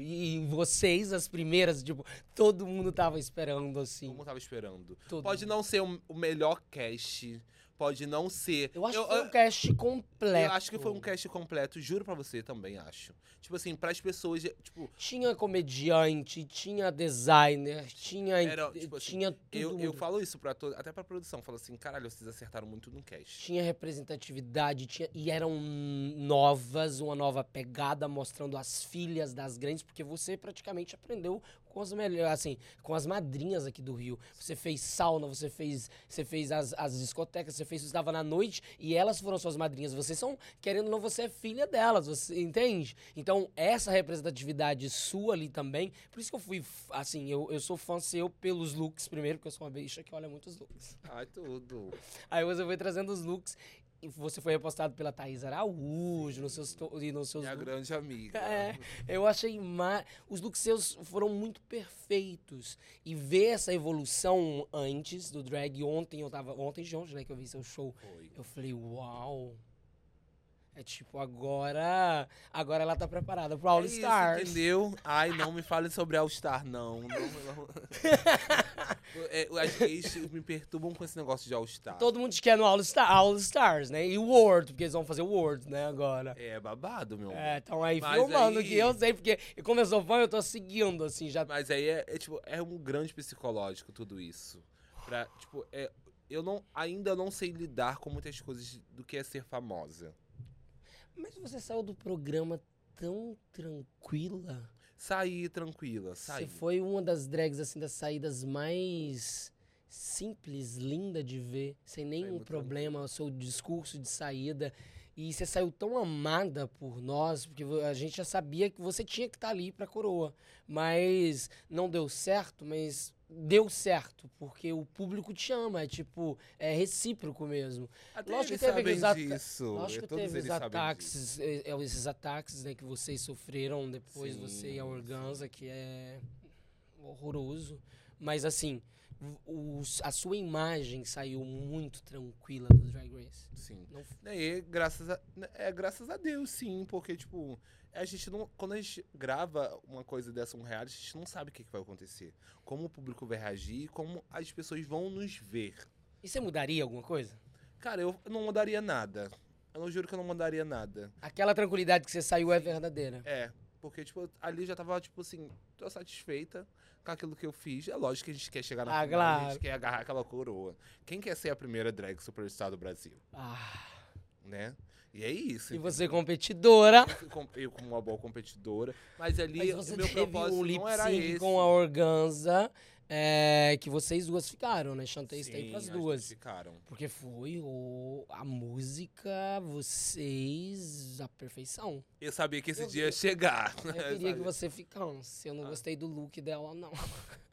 A: E, e vocês, as primeiras, tipo, todo mundo tava esperando, assim.
B: Como eu tava esperando.
A: Todo
B: Pode não ser o o melhor cast, pode não ser...
A: Eu acho que foi um cast completo.
B: eu acho que foi um cast completo, juro pra você também, acho. Tipo assim, pras pessoas, tipo,
A: Tinha comediante, tinha designer, tinha.
B: Era, tipo assim,
A: tinha tudo.
B: eu, eu falo isso pra todo, até pra produção, falo assim, caralho, vocês acertaram muito no cast.
A: Tinha representatividade, tinha, e eram novas, uma nova pegada mostrando as filhas das grandes, porque você praticamente aprendeu com as melhores, assim, com as madrinhas aqui do Rio. Você fez sauna, você fez, você fez as, as discotecas, você fez, você estava na noite e elas foram suas madrinhas. Vocês são, querendo ou não, você é filha delas, você entende? Então, essa representatividade sua ali também, por isso que eu fui, f- assim, eu, eu sou fã seu pelos looks primeiro, porque eu sou uma bicha que olha muitos looks.
B: Ai, tudo.
A: Aí você foi trazendo os looks. E você foi repostado pela Thaís Araújo nos seus, to- e nos seus
B: Minha
A: looks.
B: grande amiga.
A: É, eu achei ma... os looks seus foram muito perfeitos e ver essa evolução antes do drag ontem eu tava ontem de ontem né que eu vi seu show
B: Foi.
A: eu falei uau é tipo agora agora ela tá preparada pro All
B: É isso,
A: Stars
B: entendeu? Ai, não me falem sobre All Star, não. não, não. É, as gays me perturbam com esse negócio de All Star.
A: todo mundo te quer no All, Star, All Stars né e o World porque eles vão fazer o World né agora
B: É babado, meu amor.
A: É, estão aí
B: Mas
A: filmando
B: aí-
A: que eu sei, porque como eu sou fã, eu tô seguindo, assim, já.
B: Mas aí é, é, tipo, é um grande psicológico tudo isso. Pra, tipo, é, eu não, ainda não sei lidar com muitas coisas do que é ser famosa.
A: Mas você saiu do programa tão tranquila.
B: Sair tranquila, sair.
A: Você foi uma das drags, assim, das saídas mais simples, linda de ver, sem nenhum
B: muito
A: problema, o seu discurso de saída. E você saiu tão amada por nós, porque vo- a gente já sabia que você tinha que estar ali pra coroa. Mas não deu certo, mas deu certo, porque o público te ama, é tipo, é recíproco mesmo.
B: Até
A: Lógico
B: eles
A: que teve
B: sabem
A: os ata-
B: disso.
A: Lógico que
B: todos
A: teve
B: eles
A: os
B: sabem disso.
A: ataques, eh, eh, esses ataques né, que vocês sofreram depois,
B: Sim,
A: você e a Organza, que é horroroso. Mas assim, o- os- a sua imagem saiu muito tranquila do Drag Race.
B: Sim. Né,
A: Não-
B: E graças a, é graças a Deus, sim, porque, tipo, a gente não. Quando a gente grava uma coisa dessa, um reality, a gente não sabe o que, que vai acontecer. Como o público vai reagir, como as pessoas vão nos ver.
A: E você mudaria alguma coisa?
B: Cara, eu não mudaria nada. Eu não juro que eu não mudaria nada.
A: Aquela tranquilidade que você saiu é verdadeira.
B: É, porque, tipo, ali eu já tava, tipo assim, tô satisfeita com aquilo que eu fiz. É lógico que a gente quer chegar na
A: Ah,
B: final, a
A: claro.
B: gente quer agarrar aquela coroa. Quem quer ser a primeira drag superstar do Brasil,
A: Ah,
B: né? E é isso.
A: e você competidora.
B: com- eu como uma boa competidora, mas ali
A: Mas
B: o
A: você
B: meu
A: teve
B: propósito
A: um
B: não
A: lip
B: era
A: sync
B: esse.
A: com a Organza, eh, que vocês duas ficaram, né? Chantei Stay
B: Sim,
A: pras
B: as duas
A: duas.
B: Ficaram.
A: Porque foi o, a música, vocês, a perfeição.
B: Eu sabia que esse
A: Eu-
B: dia ia chegar.
A: Eu
B: Eu
A: queria que
B: sabia.
A: você ficasse. Eu não
B: Ah.
A: gostei do look dela, não.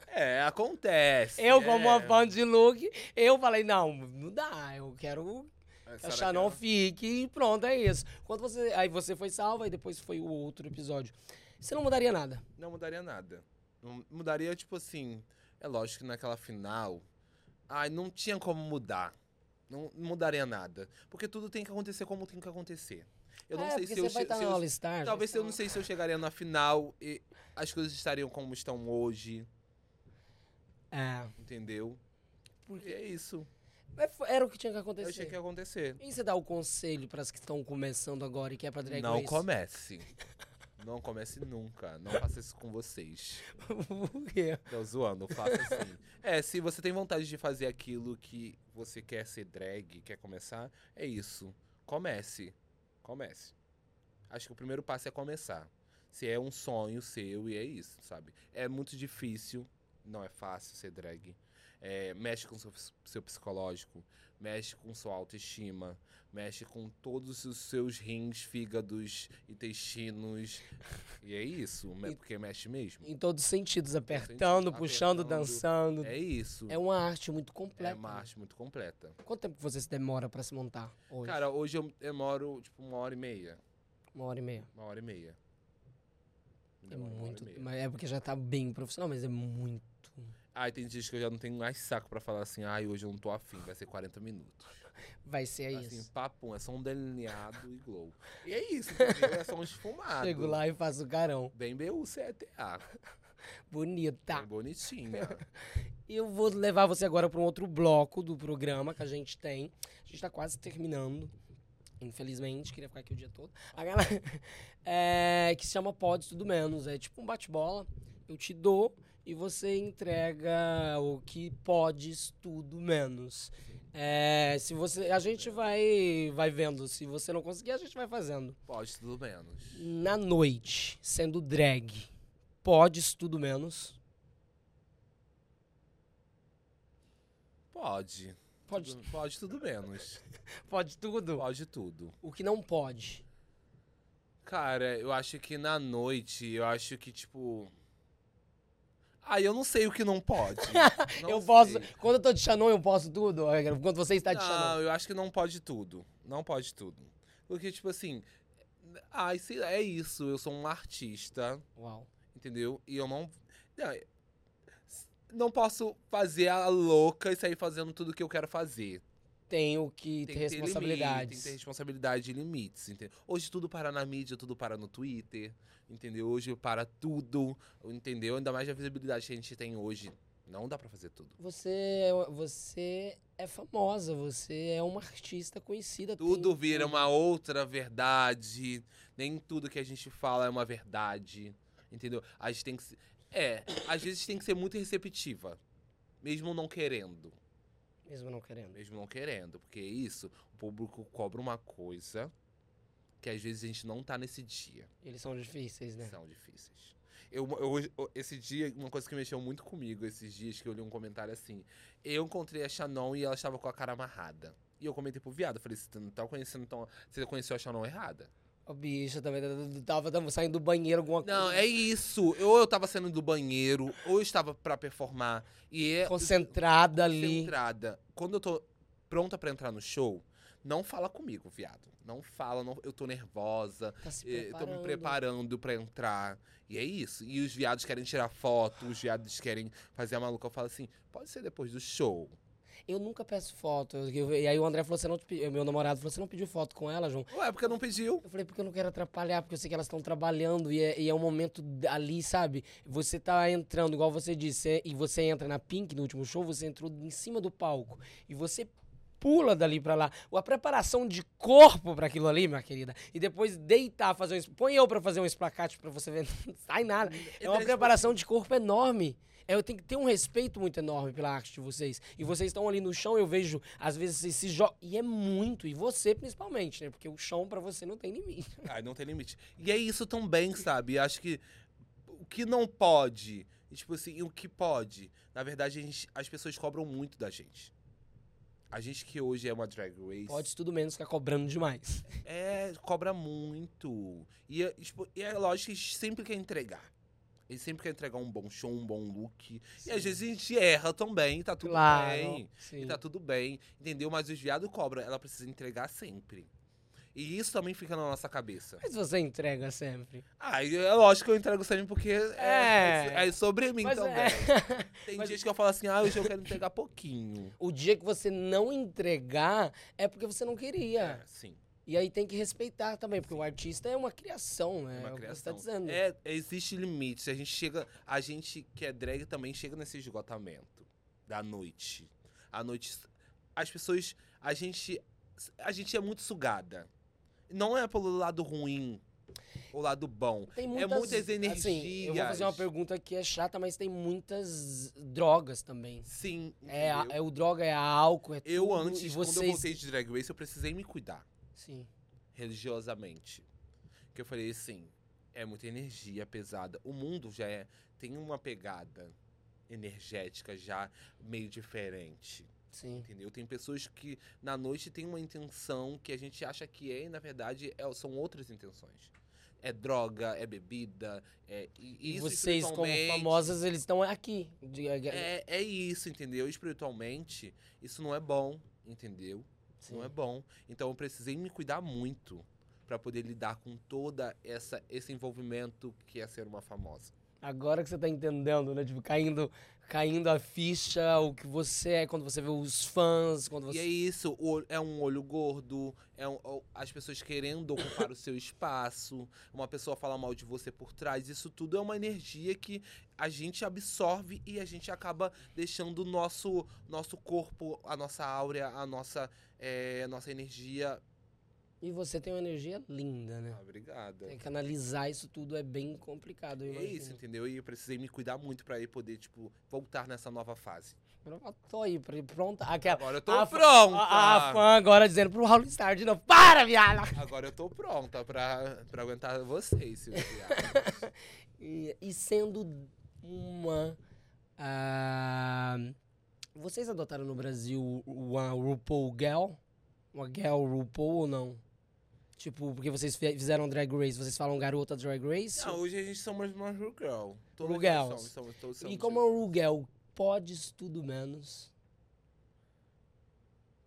B: É, acontece.
A: Eu, como uma
B: é.
A: fã de look, eu falei, não, não dá. Eu quero que a
B: Será
A: Xanon
B: que
A: é fique e pronto, é isso. Quando você, aí você foi salva e depois foi o outro episódio. Você não mudaria nada.
B: Não mudaria nada. Não- Mudaria, tipo assim. É lógico que naquela final. Ai, não tinha como mudar. Não não mudaria nada. Porque tudo tem que acontecer como tem que acontecer. Eu não
A: É,
B: sei
A: porque
B: se eu,
A: você vai
B: che-
A: estar
B: se
A: no
B: eu
A: All-Star.
B: Talvez
A: vai
B: eu não sei se eu chegaria na final e as coisas estariam como estão hoje,
A: estar- É.
B: entendeu? Porque é isso.
A: Mas fo- Era o que tinha que
B: Eu
A: acontecer.
B: achei que ia acontecer.
A: E você dá o conselho para as que estão começando agora e que é pra drag
B: Não
A: race?
B: comece. Não comece nunca. Não faça isso com vocês.
A: Por quê?
B: Tô zoando, faça assim. É, se você tem vontade de fazer aquilo que você quer ser drag, quer começar, é isso. Comece. Comece. Acho que o primeiro passo é começar. Se é um sonho seu e é isso, sabe? É muito difícil, não é fácil ser drag. É, mexe com seu, ps- seu psicológico, mexe com sua autoestima, mexe com todos os seus rins, fígados, intestinos. E é isso, me-
A: E-
B: porque mexe mesmo.
A: Em todos os sentidos,
B: sentidos,
A: apertando, puxando,
B: apertando.
A: dançando.
B: É isso.
A: É uma arte muito completa.
B: É uma arte muito completa.
A: Quanto tempo você se demora pra se montar hoje?
B: Cara, hoje eu demoro, tipo, uma hora e meia.
A: uma hora e meia.
B: Uma hora e meia.
A: É
B: Demoro uma hora e
A: muito.
B: meia.
A: Mas é porque já tá bem profissional, mas é muito.
B: Ai, tem dias que eu já não tenho mais saco pra falar assim, ai, hoje eu não tô afim, vai ser 40 minutos.
A: Vai ser
B: assim,
A: isso.
B: papum, é só um delineado e glow. E é isso, entendeu? É só um esfumado.
A: Chego lá e faço o carão.
B: Bem BUCTA,
A: Bonita.
B: bem bonitinha.
A: Eu vou levar você agora para um outro bloco do programa que a gente tem. A gente tá quase terminando. Infelizmente, queria ficar aqui o dia todo. A galera, é, que se chama Pode Tudo Menos. É tipo um bate-bola. Eu te dou e você entrega o que podes tudo menos. É, se você, a gente vai, vai vendo. Se você não conseguir, a gente vai fazendo.
B: Pode tudo menos.
A: Na noite, sendo drag, podes tudo menos.
B: Pode.
A: Pode,
B: Tudo- pode tudo menos.
A: pode tudo.
B: Pode tudo.
A: O que não pode.
B: Cara, eu acho que na noite, eu acho que, tipo. Ah, eu não sei o que não pode. Não
A: eu posso.
B: sei.
A: Quando eu tô de Xanon, eu posso tudo? Quando você está de Xanon.
B: Não, eu acho que não pode tudo. Não pode tudo. Porque, tipo assim. Ai, sei lá, é isso. Eu sou um artista,
A: Uau.
B: entendeu? E eu não. Não, é- não posso fazer a louca e sair fazendo tudo que eu quero fazer.
A: Tenho que ter
B: que ter limite, tem que
A: responsabilidades.
B: ter responsabilidade e limites, entendeu? Hoje tudo para na mídia, tudo para no Twitter, entendeu? Hoje para tudo, entendeu? Ainda mais a visibilidade que a gente tem hoje. Não dá pra fazer tudo.
A: Você, é- você é famosa, você é uma artista conhecida. tem
B: Tudo vira uma outra verdade. Nem tudo que a gente fala é uma verdade, entendeu? A gente tem que se... É, às vezes tem que ser muito receptiva. Mesmo não querendo.
A: Mesmo não querendo.
B: Mesmo não querendo, porque é isso. O público cobra uma coisa que às vezes a gente não tá nesse dia.
A: Eles são difíceis, né?
B: São difíceis. Eu, eu- hoje- eu- esse dia, uma coisa que mexeu muito comigo esses dias, que eu li um comentário assim. Eu encontrei a Shannon e ela estava com a cara amarrada. E eu comentei pro viado, eu falei, você não tá conhecendo tão. Você conheceu a Shannon errada?
A: O bicho também tá, t- t- tava, tava saindo do banheiro alguma
B: Não,
A: coisa.
B: é isso. Ou eu tava saindo do banheiro, ou eu estava pra performar. E é.
A: Concentrada ali.
B: Centrada. Quando eu tô pronta pra entrar no show, não fala comigo, viado. Não fala, não- eu tô nervosa.
A: Tá se
B: Eh, Tô me
A: preparando.
B: preparando pra entrar. E é isso. E os viados querem tirar foto, os viados querem fazer a maluca. Eu falo assim, pode ser depois do show.
A: Eu nunca peço foto. Eu- eu- e aí o André falou: você não te pediu. Meu namorado falou: você não pediu foto com ela, João?
B: Ué, é porque não pediu.
A: Eu falei, porque eu não quero atrapalhar, porque eu sei que elas estão trabalhando e é, e é um momento d- ali, sabe? Você tá entrando, igual você disse, é- e você entra na Pink no último show, você entrou em cima do palco e você pula dali pra lá. A preparação de corpo pra aquilo ali, minha querida, e depois deitar, fazer um. es- Põe eu pra fazer um esplacate pra você ver. Não sai nada. É uma
B: Então,
A: preparação de corpo enorme. É, eu tenho que ter um respeito muito enorme pela arte de vocês. E vocês estão ali no chão, eu vejo, às vezes vocês se jogam. E é muito, e você principalmente, né? Porque o chão pra você não tem limite.
B: Ai, não tem limite. E é isso também, sabe? Acho que o que não pode, e, tipo assim, e o que pode, na verdade, a gente- as pessoas cobram muito da gente. A gente que hoje é uma drag race.
A: Pode tudo menos ficar cobrando demais.
B: É, cobra muito. E, é, tipo, e é lógico que a gente sempre quer entregar. Ele sempre quer entregar um bom show, um bom look. E às vezes a gente erra também, tá tudo
A: claro.
B: bem. tá
A: sim.
B: E tá tudo bem, entendeu? Mas os viados cobram, ela precisa entregar sempre. E isso também fica na nossa cabeça.
A: Mas você entrega sempre.
B: Ah, e é lógico que eu entrego sempre porque é,
A: É.
B: é sobre mim
A: Mas
B: também.
A: é-
B: Tem
A: mas-
B: dias que eu falo assim, ah, hoje eu quero entregar pouquinho.
A: O dia que você não entregar é porque você não queria.
B: É, sim.
A: E aí tem que respeitar também, porque o artista é uma criação, né?
B: uma
A: é o que você tá
B: criação.
A: dizendo.
B: É, existe limites. A gente chega. A gente que é drag também chega nesse esgotamento da noite. A noite. As pessoas. A gente. A gente é muito sugada. Não é pelo lado ruim, o lado bom.
A: Tem muitas,
B: É muitas
A: Assim, eu vou fazer uma
B: energias.
A: pergunta que é chata, mas tem muitas drogas também.
B: Sim.
A: É, a-
B: entendeu?
A: é o droga, é a álcool, é
B: eu
A: tudo, e
B: antes, quando eu
A: vocês...
B: voltei de drag race, eu precisei me cuidar
A: Sim.
B: religiosamente. Que eu falei assim, é muita energia pesada. O mundo já é, tem uma pegada energética já meio diferente.
A: Sim.
B: Entendeu? Tem pessoas que na noite tem uma intenção que a gente acha que é e na verdade é- são outras intenções. É droga, é bebida, é e-
A: E
B: isso
A: vocês, como
B: espiritualmente,
A: famosas, eles estão aqui. de-
B: É, é isso, entendeu? Espiritualmente, isso não é bom, entendeu?
A: Sim.
B: Não é bom. Então eu precisei me cuidar muito pra poder lidar com toda essa esse envolvimento que é ser uma famosa.
A: Agora que você tá entendendo, né? Tipo, caindo, caindo a ficha, o que você é, quando você vê os fãs, quando
B: E
A: você.
B: é isso, o olho- é um olho gordo, é um- o- as pessoas querendo ocupar o seu espaço, uma pessoa fala mal de você por trás, isso tudo é uma energia que a gente absorve e a gente acaba deixando o nosso, nosso corpo, a nossa áurea, a nossa, eh, a nossa energia.
A: E você tem uma energia linda, né?
B: Ah, obrigada.
A: Tem que analisar isso tudo, é bem complicado, eu
B: É
A: imagino.
B: isso, entendeu? E eu precisei me cuidar muito pra eu poder, tipo, voltar nessa nova fase.
A: Eu tô aí, pr- pronta. Aquela.
B: Agora eu tô Ah.
A: a, fã-
B: pronta!
A: A, a fã agora dizendo pro Raul Star de novo: para, viada!
B: Agora eu tô pronta pra, pra aguentar vocês, seus viados.
A: E, e sendo uma. ah, vocês adotaram no Brasil uma RuPaul Girl? Uma Girl RuPaul ou não? Tipo, porque vocês fi- fizeram Drag Race, vocês falam garota Drag Race?
B: Não, hoje a gente somos uma Ru Girl. Todas
A: Girls.
B: nós somos, somos- todos
A: e
B: somos
A: como a
B: Ru-
A: RuPaul Girl, podes tudo menos.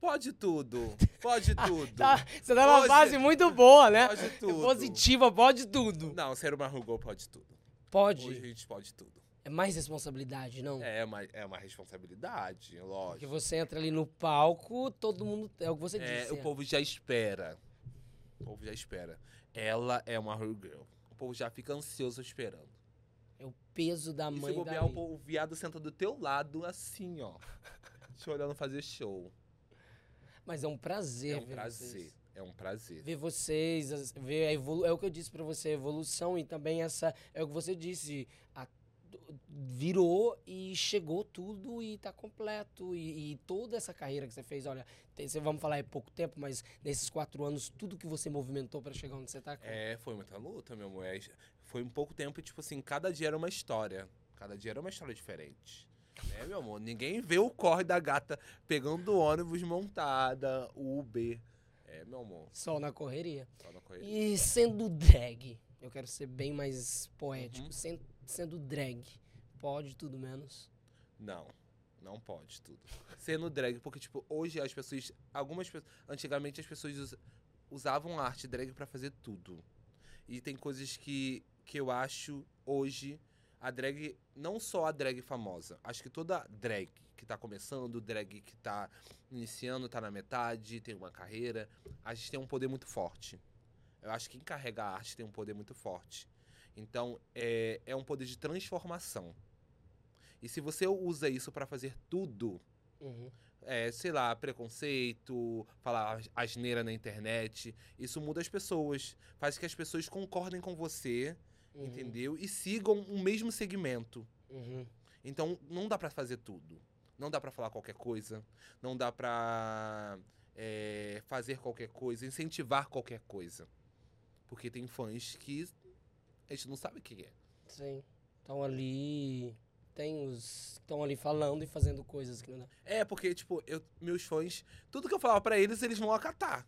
B: Pode tudo. Pode tudo.
A: Tá, você tá numa
B: Hoje-
A: fase muito boa, né?
B: Pode tudo.
A: Positiva, pode tudo.
B: Não, ser uma Ru Girl pode tudo. Hoje a
A: Pode. Hum.
B: gente pode tudo.
A: É mais responsabilidade, não?
B: É uma, é uma responsabilidade,
A: Porque
B: lógico.
A: você entra ali no palco, todo mundo. É o que você
B: É,
A: disse.
B: o
A: é.
B: povo já espera. O povo já espera. Ela é uma Ru Girl. O povo já fica ansioso esperando.
A: É o peso da
B: E
A: mãe
B: se
A: da
B: bobear, o, po- o viado senta do teu lado, assim, ó. Te olhando fazer show.
A: Mas é um prazer,
B: É um
A: ver
B: prazer.
A: vocês.
B: É um prazer.
A: Ver vocês, as- ver a evolu é o que eu disse pra você, a evolução e também essa, é o que você disse, a- virou e chegou tudo e tá completo e, e toda essa carreira que você fez, olha, tem, você- vamos falar é pouco tempo, mas nesses quatro anos tudo que você movimentou pra chegar onde você tá,
B: É, foi muita luta, meu amor. É, Foi um pouco tempo, tipo assim, cada dia era uma história. Cada dia era uma história diferente. Né, meu amor? Ninguém vê o corre da gata pegando ônibus montada, Uber. É, meu amor,
A: só na correria.
B: só na correria.
A: E sendo drag, eu quero ser bem mais poético,
B: Uhum.
A: sen- sendo drag, pode tudo menos.
B: Não. Não pode tudo. Sendo drag, porque, tipo, hoje as pessoas. Algumas pessoas. Antigamente as pessoas us- usavam a arte drag pra fazer tudo. E tem coisas que, que eu acho hoje. A drag. Não só a drag famosa. Acho que toda drag que tá começando, drag que tá iniciando, tá na metade, tem uma carreira. A gente tem um poder muito forte. Eu acho que quem carrega a arte tem um poder muito forte. Então, é, é um poder de transformação. E se você usa isso pra fazer tudo,
A: Uhum.
B: é, sei lá, preconceito, falar as- asneira na internet, isso muda as pessoas. Faz que as pessoas concordem com você,
A: Uhum.
B: entendeu? E sigam o mesmo segmento.
A: Uhum.
B: Então não dá pra fazer tudo. Não dá pra falar qualquer coisa. Não dá pra é, fazer qualquer coisa, incentivar qualquer coisa. Porque tem fãs que a gente não sabe o que é.
A: Sim. Estão ali. Tem os. Estão ali falando e fazendo coisas que não dá.
B: É, porque, tipo, eu, meus fãs, tudo que eu falava pra eles, eles vão acatar.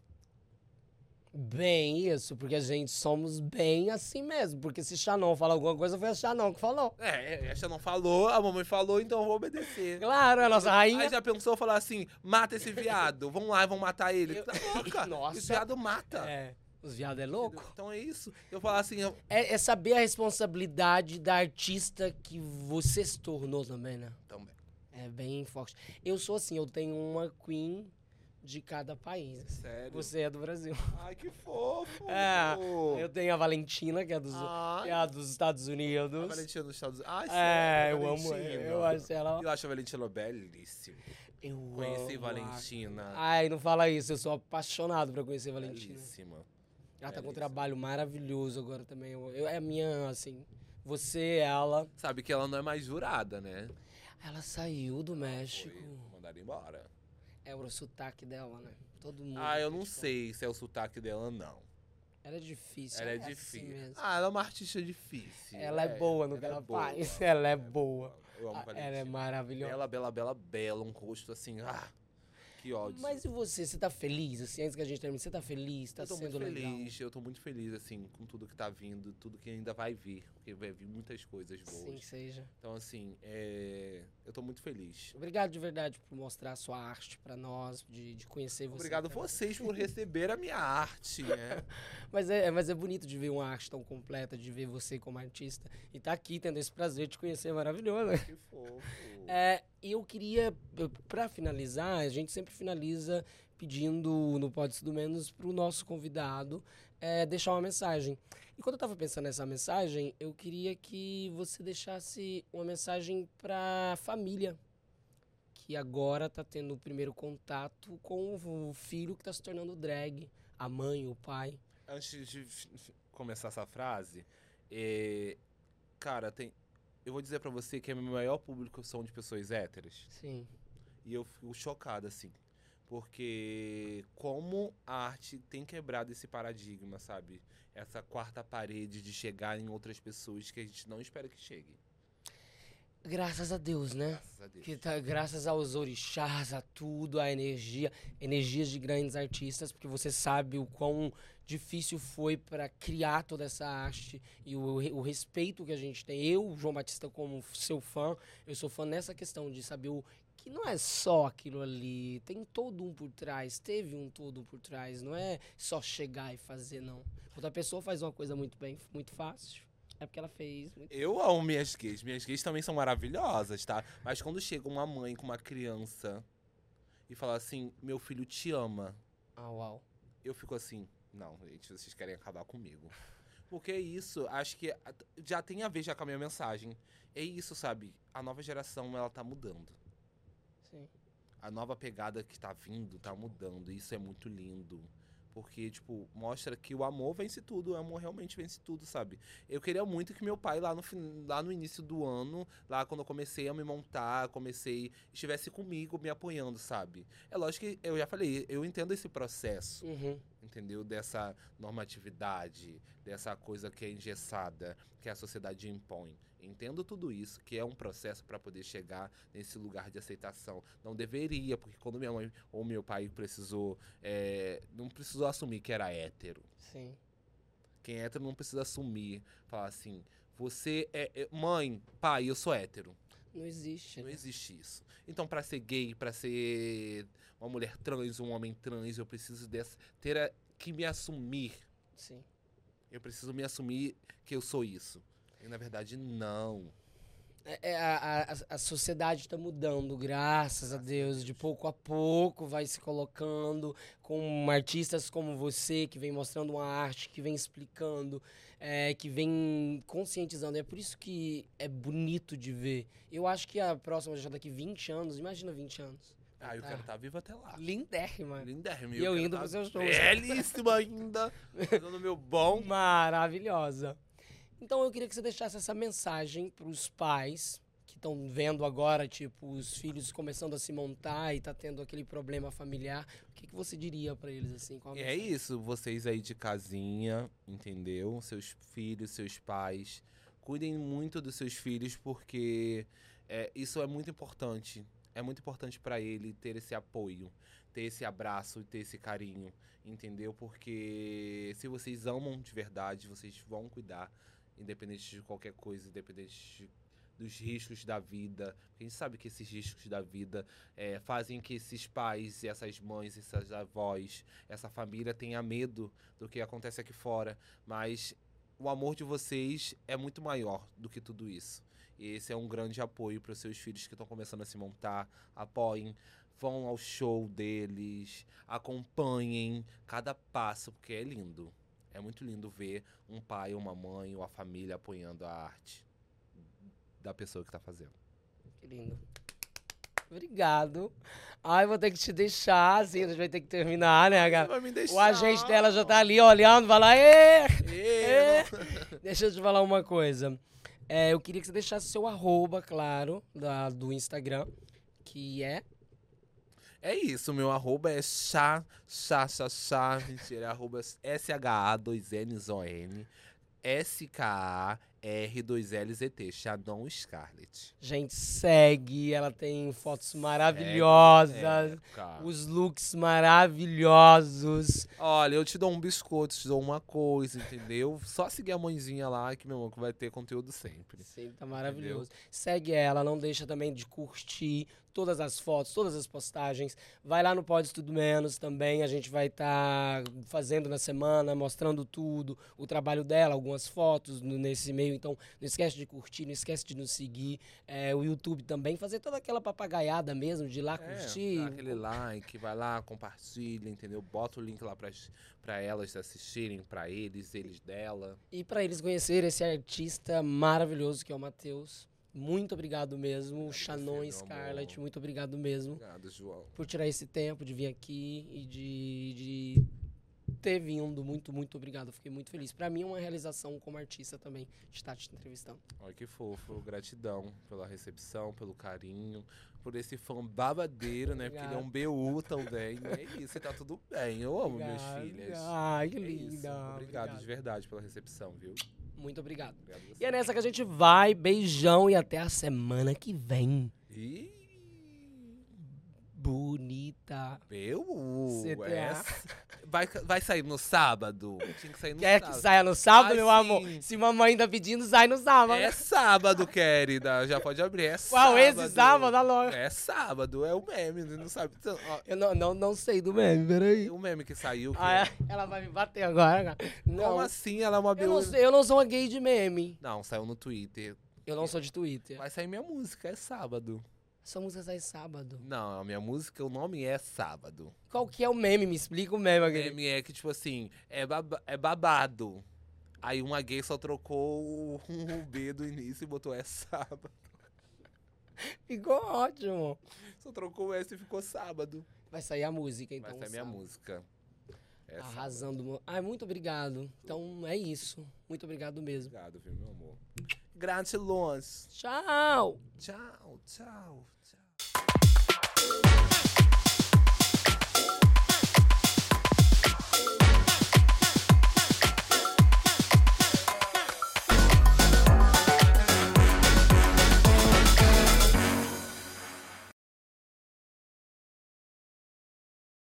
A: Bem isso, porque a gente somos bem assim mesmo. Porque se Xanon falar alguma coisa, foi a Xanon que falou.
B: É, essa não falou, a mamãe falou, então eu vou obedecer.
A: Claro, é a nossa rainha.
B: Aí já pensou falar assim: mata esse viado, vão lá e vão matar ele.
A: Eu-
B: Tá louca?
A: Nossa.
B: Esse viado mata.
A: É, os viados é
B: entendeu?
A: louco.
B: Então é isso. Eu falar assim, eu-
A: É, é saber a responsabilidade da artista que você se tornou também, né?
B: também.
A: É bem forte. Eu sou assim, eu tenho uma queen de cada país.
B: Sério.
A: Você é do Brasil.
B: Ai, que fofo.
A: É, Eu tenho a Valentina, que é dos,
B: Ah.
A: que é
B: Ai,
A: a dos Estados
B: a
A: Unidos.
B: Valentina dos Estados Unidos. Ai,
A: É,
B: sério,
A: eu amo
B: Valentina.
A: Eu acho ela.
B: Eu acho a Valentina belíssima.
A: Eu
B: Conheci
A: amo
B: Valentina.
A: a- Ai, não fala isso, eu sou apaixonado pra conhecer a Valentina.
B: Belíssima.
A: Ela tá com um
B: belíssima.
A: trabalho maravilhoso agora também. Eu, eu- é a minha, assim. Você, ela.
B: Sabe que ela não é mais jurada, né?
A: Ela saiu do México.
B: Ah, Foi mandada embora.
A: É o sotaque dela, né? Todo mundo.
B: Ah, eu não
A: criticou.
B: sei se é o sotaque dela, não.
A: Ela é difícil.
B: Ela é
A: assim
B: difícil.
A: mesmo.
B: ah, ela é uma artista difícil. né?
A: Ela é boa no que ela faz, ela é boa.
B: Eu amo
A: Ah, Ela é
B: Valentina.
A: maravilhosa.
B: Bela, bela, bela, bela. Um rosto assim, ah, que ódio.
A: Mas e você? Você tá feliz? Assim, antes que a gente termine, você tá feliz? Tá
B: eu tô
A: sendo
B: muito
A: legal?
B: feliz, eu tô muito feliz, assim, com tudo que tá vindo, tudo que ainda vai vir. Porque vai vir muitas coisas boas.
A: Sim, que seja.
B: Então, assim, é, eu tô muito feliz.
A: Obrigado de verdade por mostrar a sua arte pra nós, de, de conhecer você.
B: Obrigado a
A: também.
B: vocês por receber a minha arte, né?
A: Mas é, é- mas é bonito de ver uma arte tão completa, de ver você como artista. E tá aqui tendo esse prazer de te conhecer, é maravilhoso.
B: que fofo.
A: É, eu queria, p- pra finalizar, a gente sempre finaliza pedindo no Pode Tudo Menos pro nosso convidado é, deixar uma mensagem. E quando eu tava pensando nessa mensagem, eu queria que você deixasse uma mensagem pra família que agora tá tendo o primeiro contato com o filho que tá se tornando drag, a mãe, o pai.
B: Antes de f- f- começar essa frase, é, cara, tem, eu vou dizer pra você que o meu maior público são de pessoas héteras.
A: Sim.
B: E eu fico chocado, assim. Porque como a arte tem quebrado esse paradigma, sabe? Essa quarta parede de chegar em outras pessoas que a gente não espera que chegue.
A: Graças a Deus, né?
B: Graças a Deus.
A: Que tá, graças aos orixás, a tudo, a energia, energias de grandes artistas, porque você sabe o quão difícil foi para criar toda essa arte e o, re- o respeito que a gente tem. Eu, João Batista, como f- seu fã, eu sou fã nessa questão de saber o que não é só aquilo ali, tem todo um por trás, teve um todo por trás, não é só chegar e fazer, não. Quando a pessoa faz uma coisa muito bem, muito fácil, é porque ela fez muito
B: Eu amo minhas gays. Minhas gays também são maravilhosas, tá? Mas quando chega uma mãe com uma criança e fala assim, meu filho te ama.
A: Ah, uau.
B: eu fico assim, não, gente, vocês querem acabar comigo. Porque é isso, acho que a- já tem a ver já com a minha mensagem. É isso, sabe? A nova geração, ela tá mudando.
A: Sim.
B: A nova pegada que tá vindo, tá mudando. E isso é muito lindo. Porque, tipo, mostra que o amor vence tudo. O amor realmente vence tudo, sabe? Eu queria muito que meu pai, lá no, fin- lá no início do ano, lá quando eu comecei a me montar, comecei, estivesse comigo, me apoiando, sabe? É lógico que, eu já falei, eu entendo esse processo
A: Uhum.
B: entendeu? Dessa normatividade, dessa coisa que é engessada, que a sociedade impõe. Entendo tudo isso, que é um processo para poder chegar nesse lugar de aceitação. Não deveria, porque quando minha mãe ou meu pai precisou, é, não precisou assumir que era hétero.
A: Sim.
B: Quem é hétero não precisa assumir, falar assim, você é, é- mãe, pai, eu sou hétero.
A: Não existe.
B: Não
A: né?
B: existe isso. Então, pra ser gay, pra ser uma mulher trans, um homem trans, eu preciso dessa, ter a- que me assumir
A: Sim.
B: Eu preciso me assumir que eu sou isso. E na verdade, não.
A: É, é, a, a- a- a sociedade está mudando, graças a
B: Graças a
A: Deus. De
B: Deus.
A: pouco a pouco vai se colocando com artistas como você, que vem mostrando uma arte, que vem explicando, é, que vem conscientizando. É por isso que é bonito de ver. Eu acho que a próxima já daqui 20 anos, imagina 20 anos.
B: Ah, eu
A: Tá.
B: quero estar vivo até lá.
A: Lindérrima.
B: Lindérrimo.
A: E eu
B: quero
A: indo
B: tá
A: pros seus shows.
B: Belíssima ainda. Fazendo meu bom.
A: Maravilhosa. Então eu queria que você deixasse essa mensagem para os pais que estão vendo agora, tipo, os filhos começando a se montar e tá tendo aquele problema familiar. O que, que você diria para eles assim? Qual a
B: E é
A: mensagem?
B: isso, vocês aí de casinha, entendeu? Seus filhos, seus pais. Cuidem muito dos seus filhos, porque é, isso é muito importante. É muito importante pra ele ter esse apoio. ter esse abraço e ter esse carinho, entendeu? Porque se vocês amam de verdade, vocês vão cuidar, independente de qualquer coisa, independente de- dos riscos da vida. Porque a gente sabe que esses riscos da vida eh, fazem que esses pais, e essas mães, essas avós, essa família tenha medo do que acontece aqui fora. Mas o amor de vocês é muito maior do que tudo isso. E esse é um grande apoio para os seus filhos que estão começando a se montar. Apoiem, vão ao show deles, acompanhem cada passo, porque é lindo. É muito lindo ver um pai, uma mãe ou a família apoiando a arte da pessoa que tá fazendo.
A: Que lindo. Obrigado. Ai, vou ter que te deixar, assim, a gente vai ter que terminar, né, cara?
B: vai me deixar.
A: O agente dela já tá É. ali olhando, vai lá, "Ê,
B: Ê,
A: Deixa eu te falar uma coisa. É, eu queria que você deixasse seu arroba, claro, da- do Instagram, que é.
B: É isso, meu arroba é chá, chá, chá, chá. Mentira, é arroba SHA2NZON, SKR2LZT, Xanon Scarlett.
A: Gente, segue. Ela tem fotos maravilhosas,
B: É, cara.
A: os looks maravilhosos.
B: Olha, eu te dou um biscoito, te dou uma coisa, entendeu? Só seguir a mãezinha lá, que meu amor, que vai ter conteúdo sempre.
A: Sim, tá maravilhoso. Segue ela, não deixa também de curtir todas as fotos, todas as postagens. Vai lá no Pode Tudo Menos também, a gente vai estar fazendo na semana, mostrando tudo, o trabalho dela, algumas fotos no- nesse meio. Então, não esquece de curtir, não esquece de nos seguir. É, o YouTube também, fazer toda aquela papagaiada mesmo, de ir lá
B: É,
A: curtir.
B: dá aquele like, vai lá, compartilha, entendeu? Bota o link lá pras, pra elas assistirem, pra eles, eles dela.
A: E para eles conhecerem esse artista maravilhoso que é o Matheus. Muito obrigado mesmo. O
B: Obrigado
A: Shannon
B: você, meu
A: Scarlett,
B: amor.
A: muito obrigado mesmo.
B: Obrigado, João.
A: por tirar esse tempo de vir aqui e de, de ter vindo. Muito, muito obrigado. Eu Fiquei muito feliz. Pra mim é uma realização como artista também estar te entrevistando.
B: Olha que fofo, gratidão pela recepção, pelo carinho, por esse fã babadeiro, né? Porque ele é um BU também. E é isso, e tá tudo bem. Eu amo minhas filhas.
A: Ai, que
B: É isso.
A: linda.
B: Obrigado, de verdade pela recepção, viu?
A: Muito obrigado.
B: Obrigado a você.
A: E é nessa que a gente vai. Beijão e até a semana que vem.
B: Ih,
A: Bonita.
B: BU!
A: CTA.
B: é essa- Vai, vai sair no sábado? Tinha que sair no
A: Quer que
B: sábado.
A: saia no sábado,
B: Ai,
A: meu
B: Ah, sim.
A: amor? Se mamãe tá pedindo, sai no sábado.
B: É sábado, querida. Já pode abrir. É
A: Qual
B: sábado.
A: esse sábado? Dá logo.
B: É sábado, é o meme, não sabe. Então, ó,
A: Eu não, não, não sei do meme, peraí.
B: o meme que saiu. Que
A: Ah, ela vai me bater agora, cara. Não,
B: Como assim? Ela é uma
A: Eu não,
B: BU.
A: sei- eu não sou uma gay de meme.
B: Não, saiu no Twitter.
A: Eu não sou de Twitter.
B: Vai sair minha música, é sábado.
A: Essa música sai sábado.
B: Não, a minha música, o nome é sábado.
A: Qual que é o meme? Me explica o meme,
B: O
A: Agri.
B: meme é que, tipo assim, é, baba- é babado. Aí uma gay só trocou o, o B do início e botou é sábado.
A: Ficou ótimo.
B: Só trocou o S e ficou sábado.
A: Vai sair a música, então.
B: Vai sair minha
A: sábado.
B: música. É sábado.
A: Arrasando. mo- Ai, muito obrigado. Então, é isso. Muito obrigado mesmo.
B: Obrigado, viu, meu amor? Gratilões.
A: Tchau!
B: Tchau, tchau, tchau.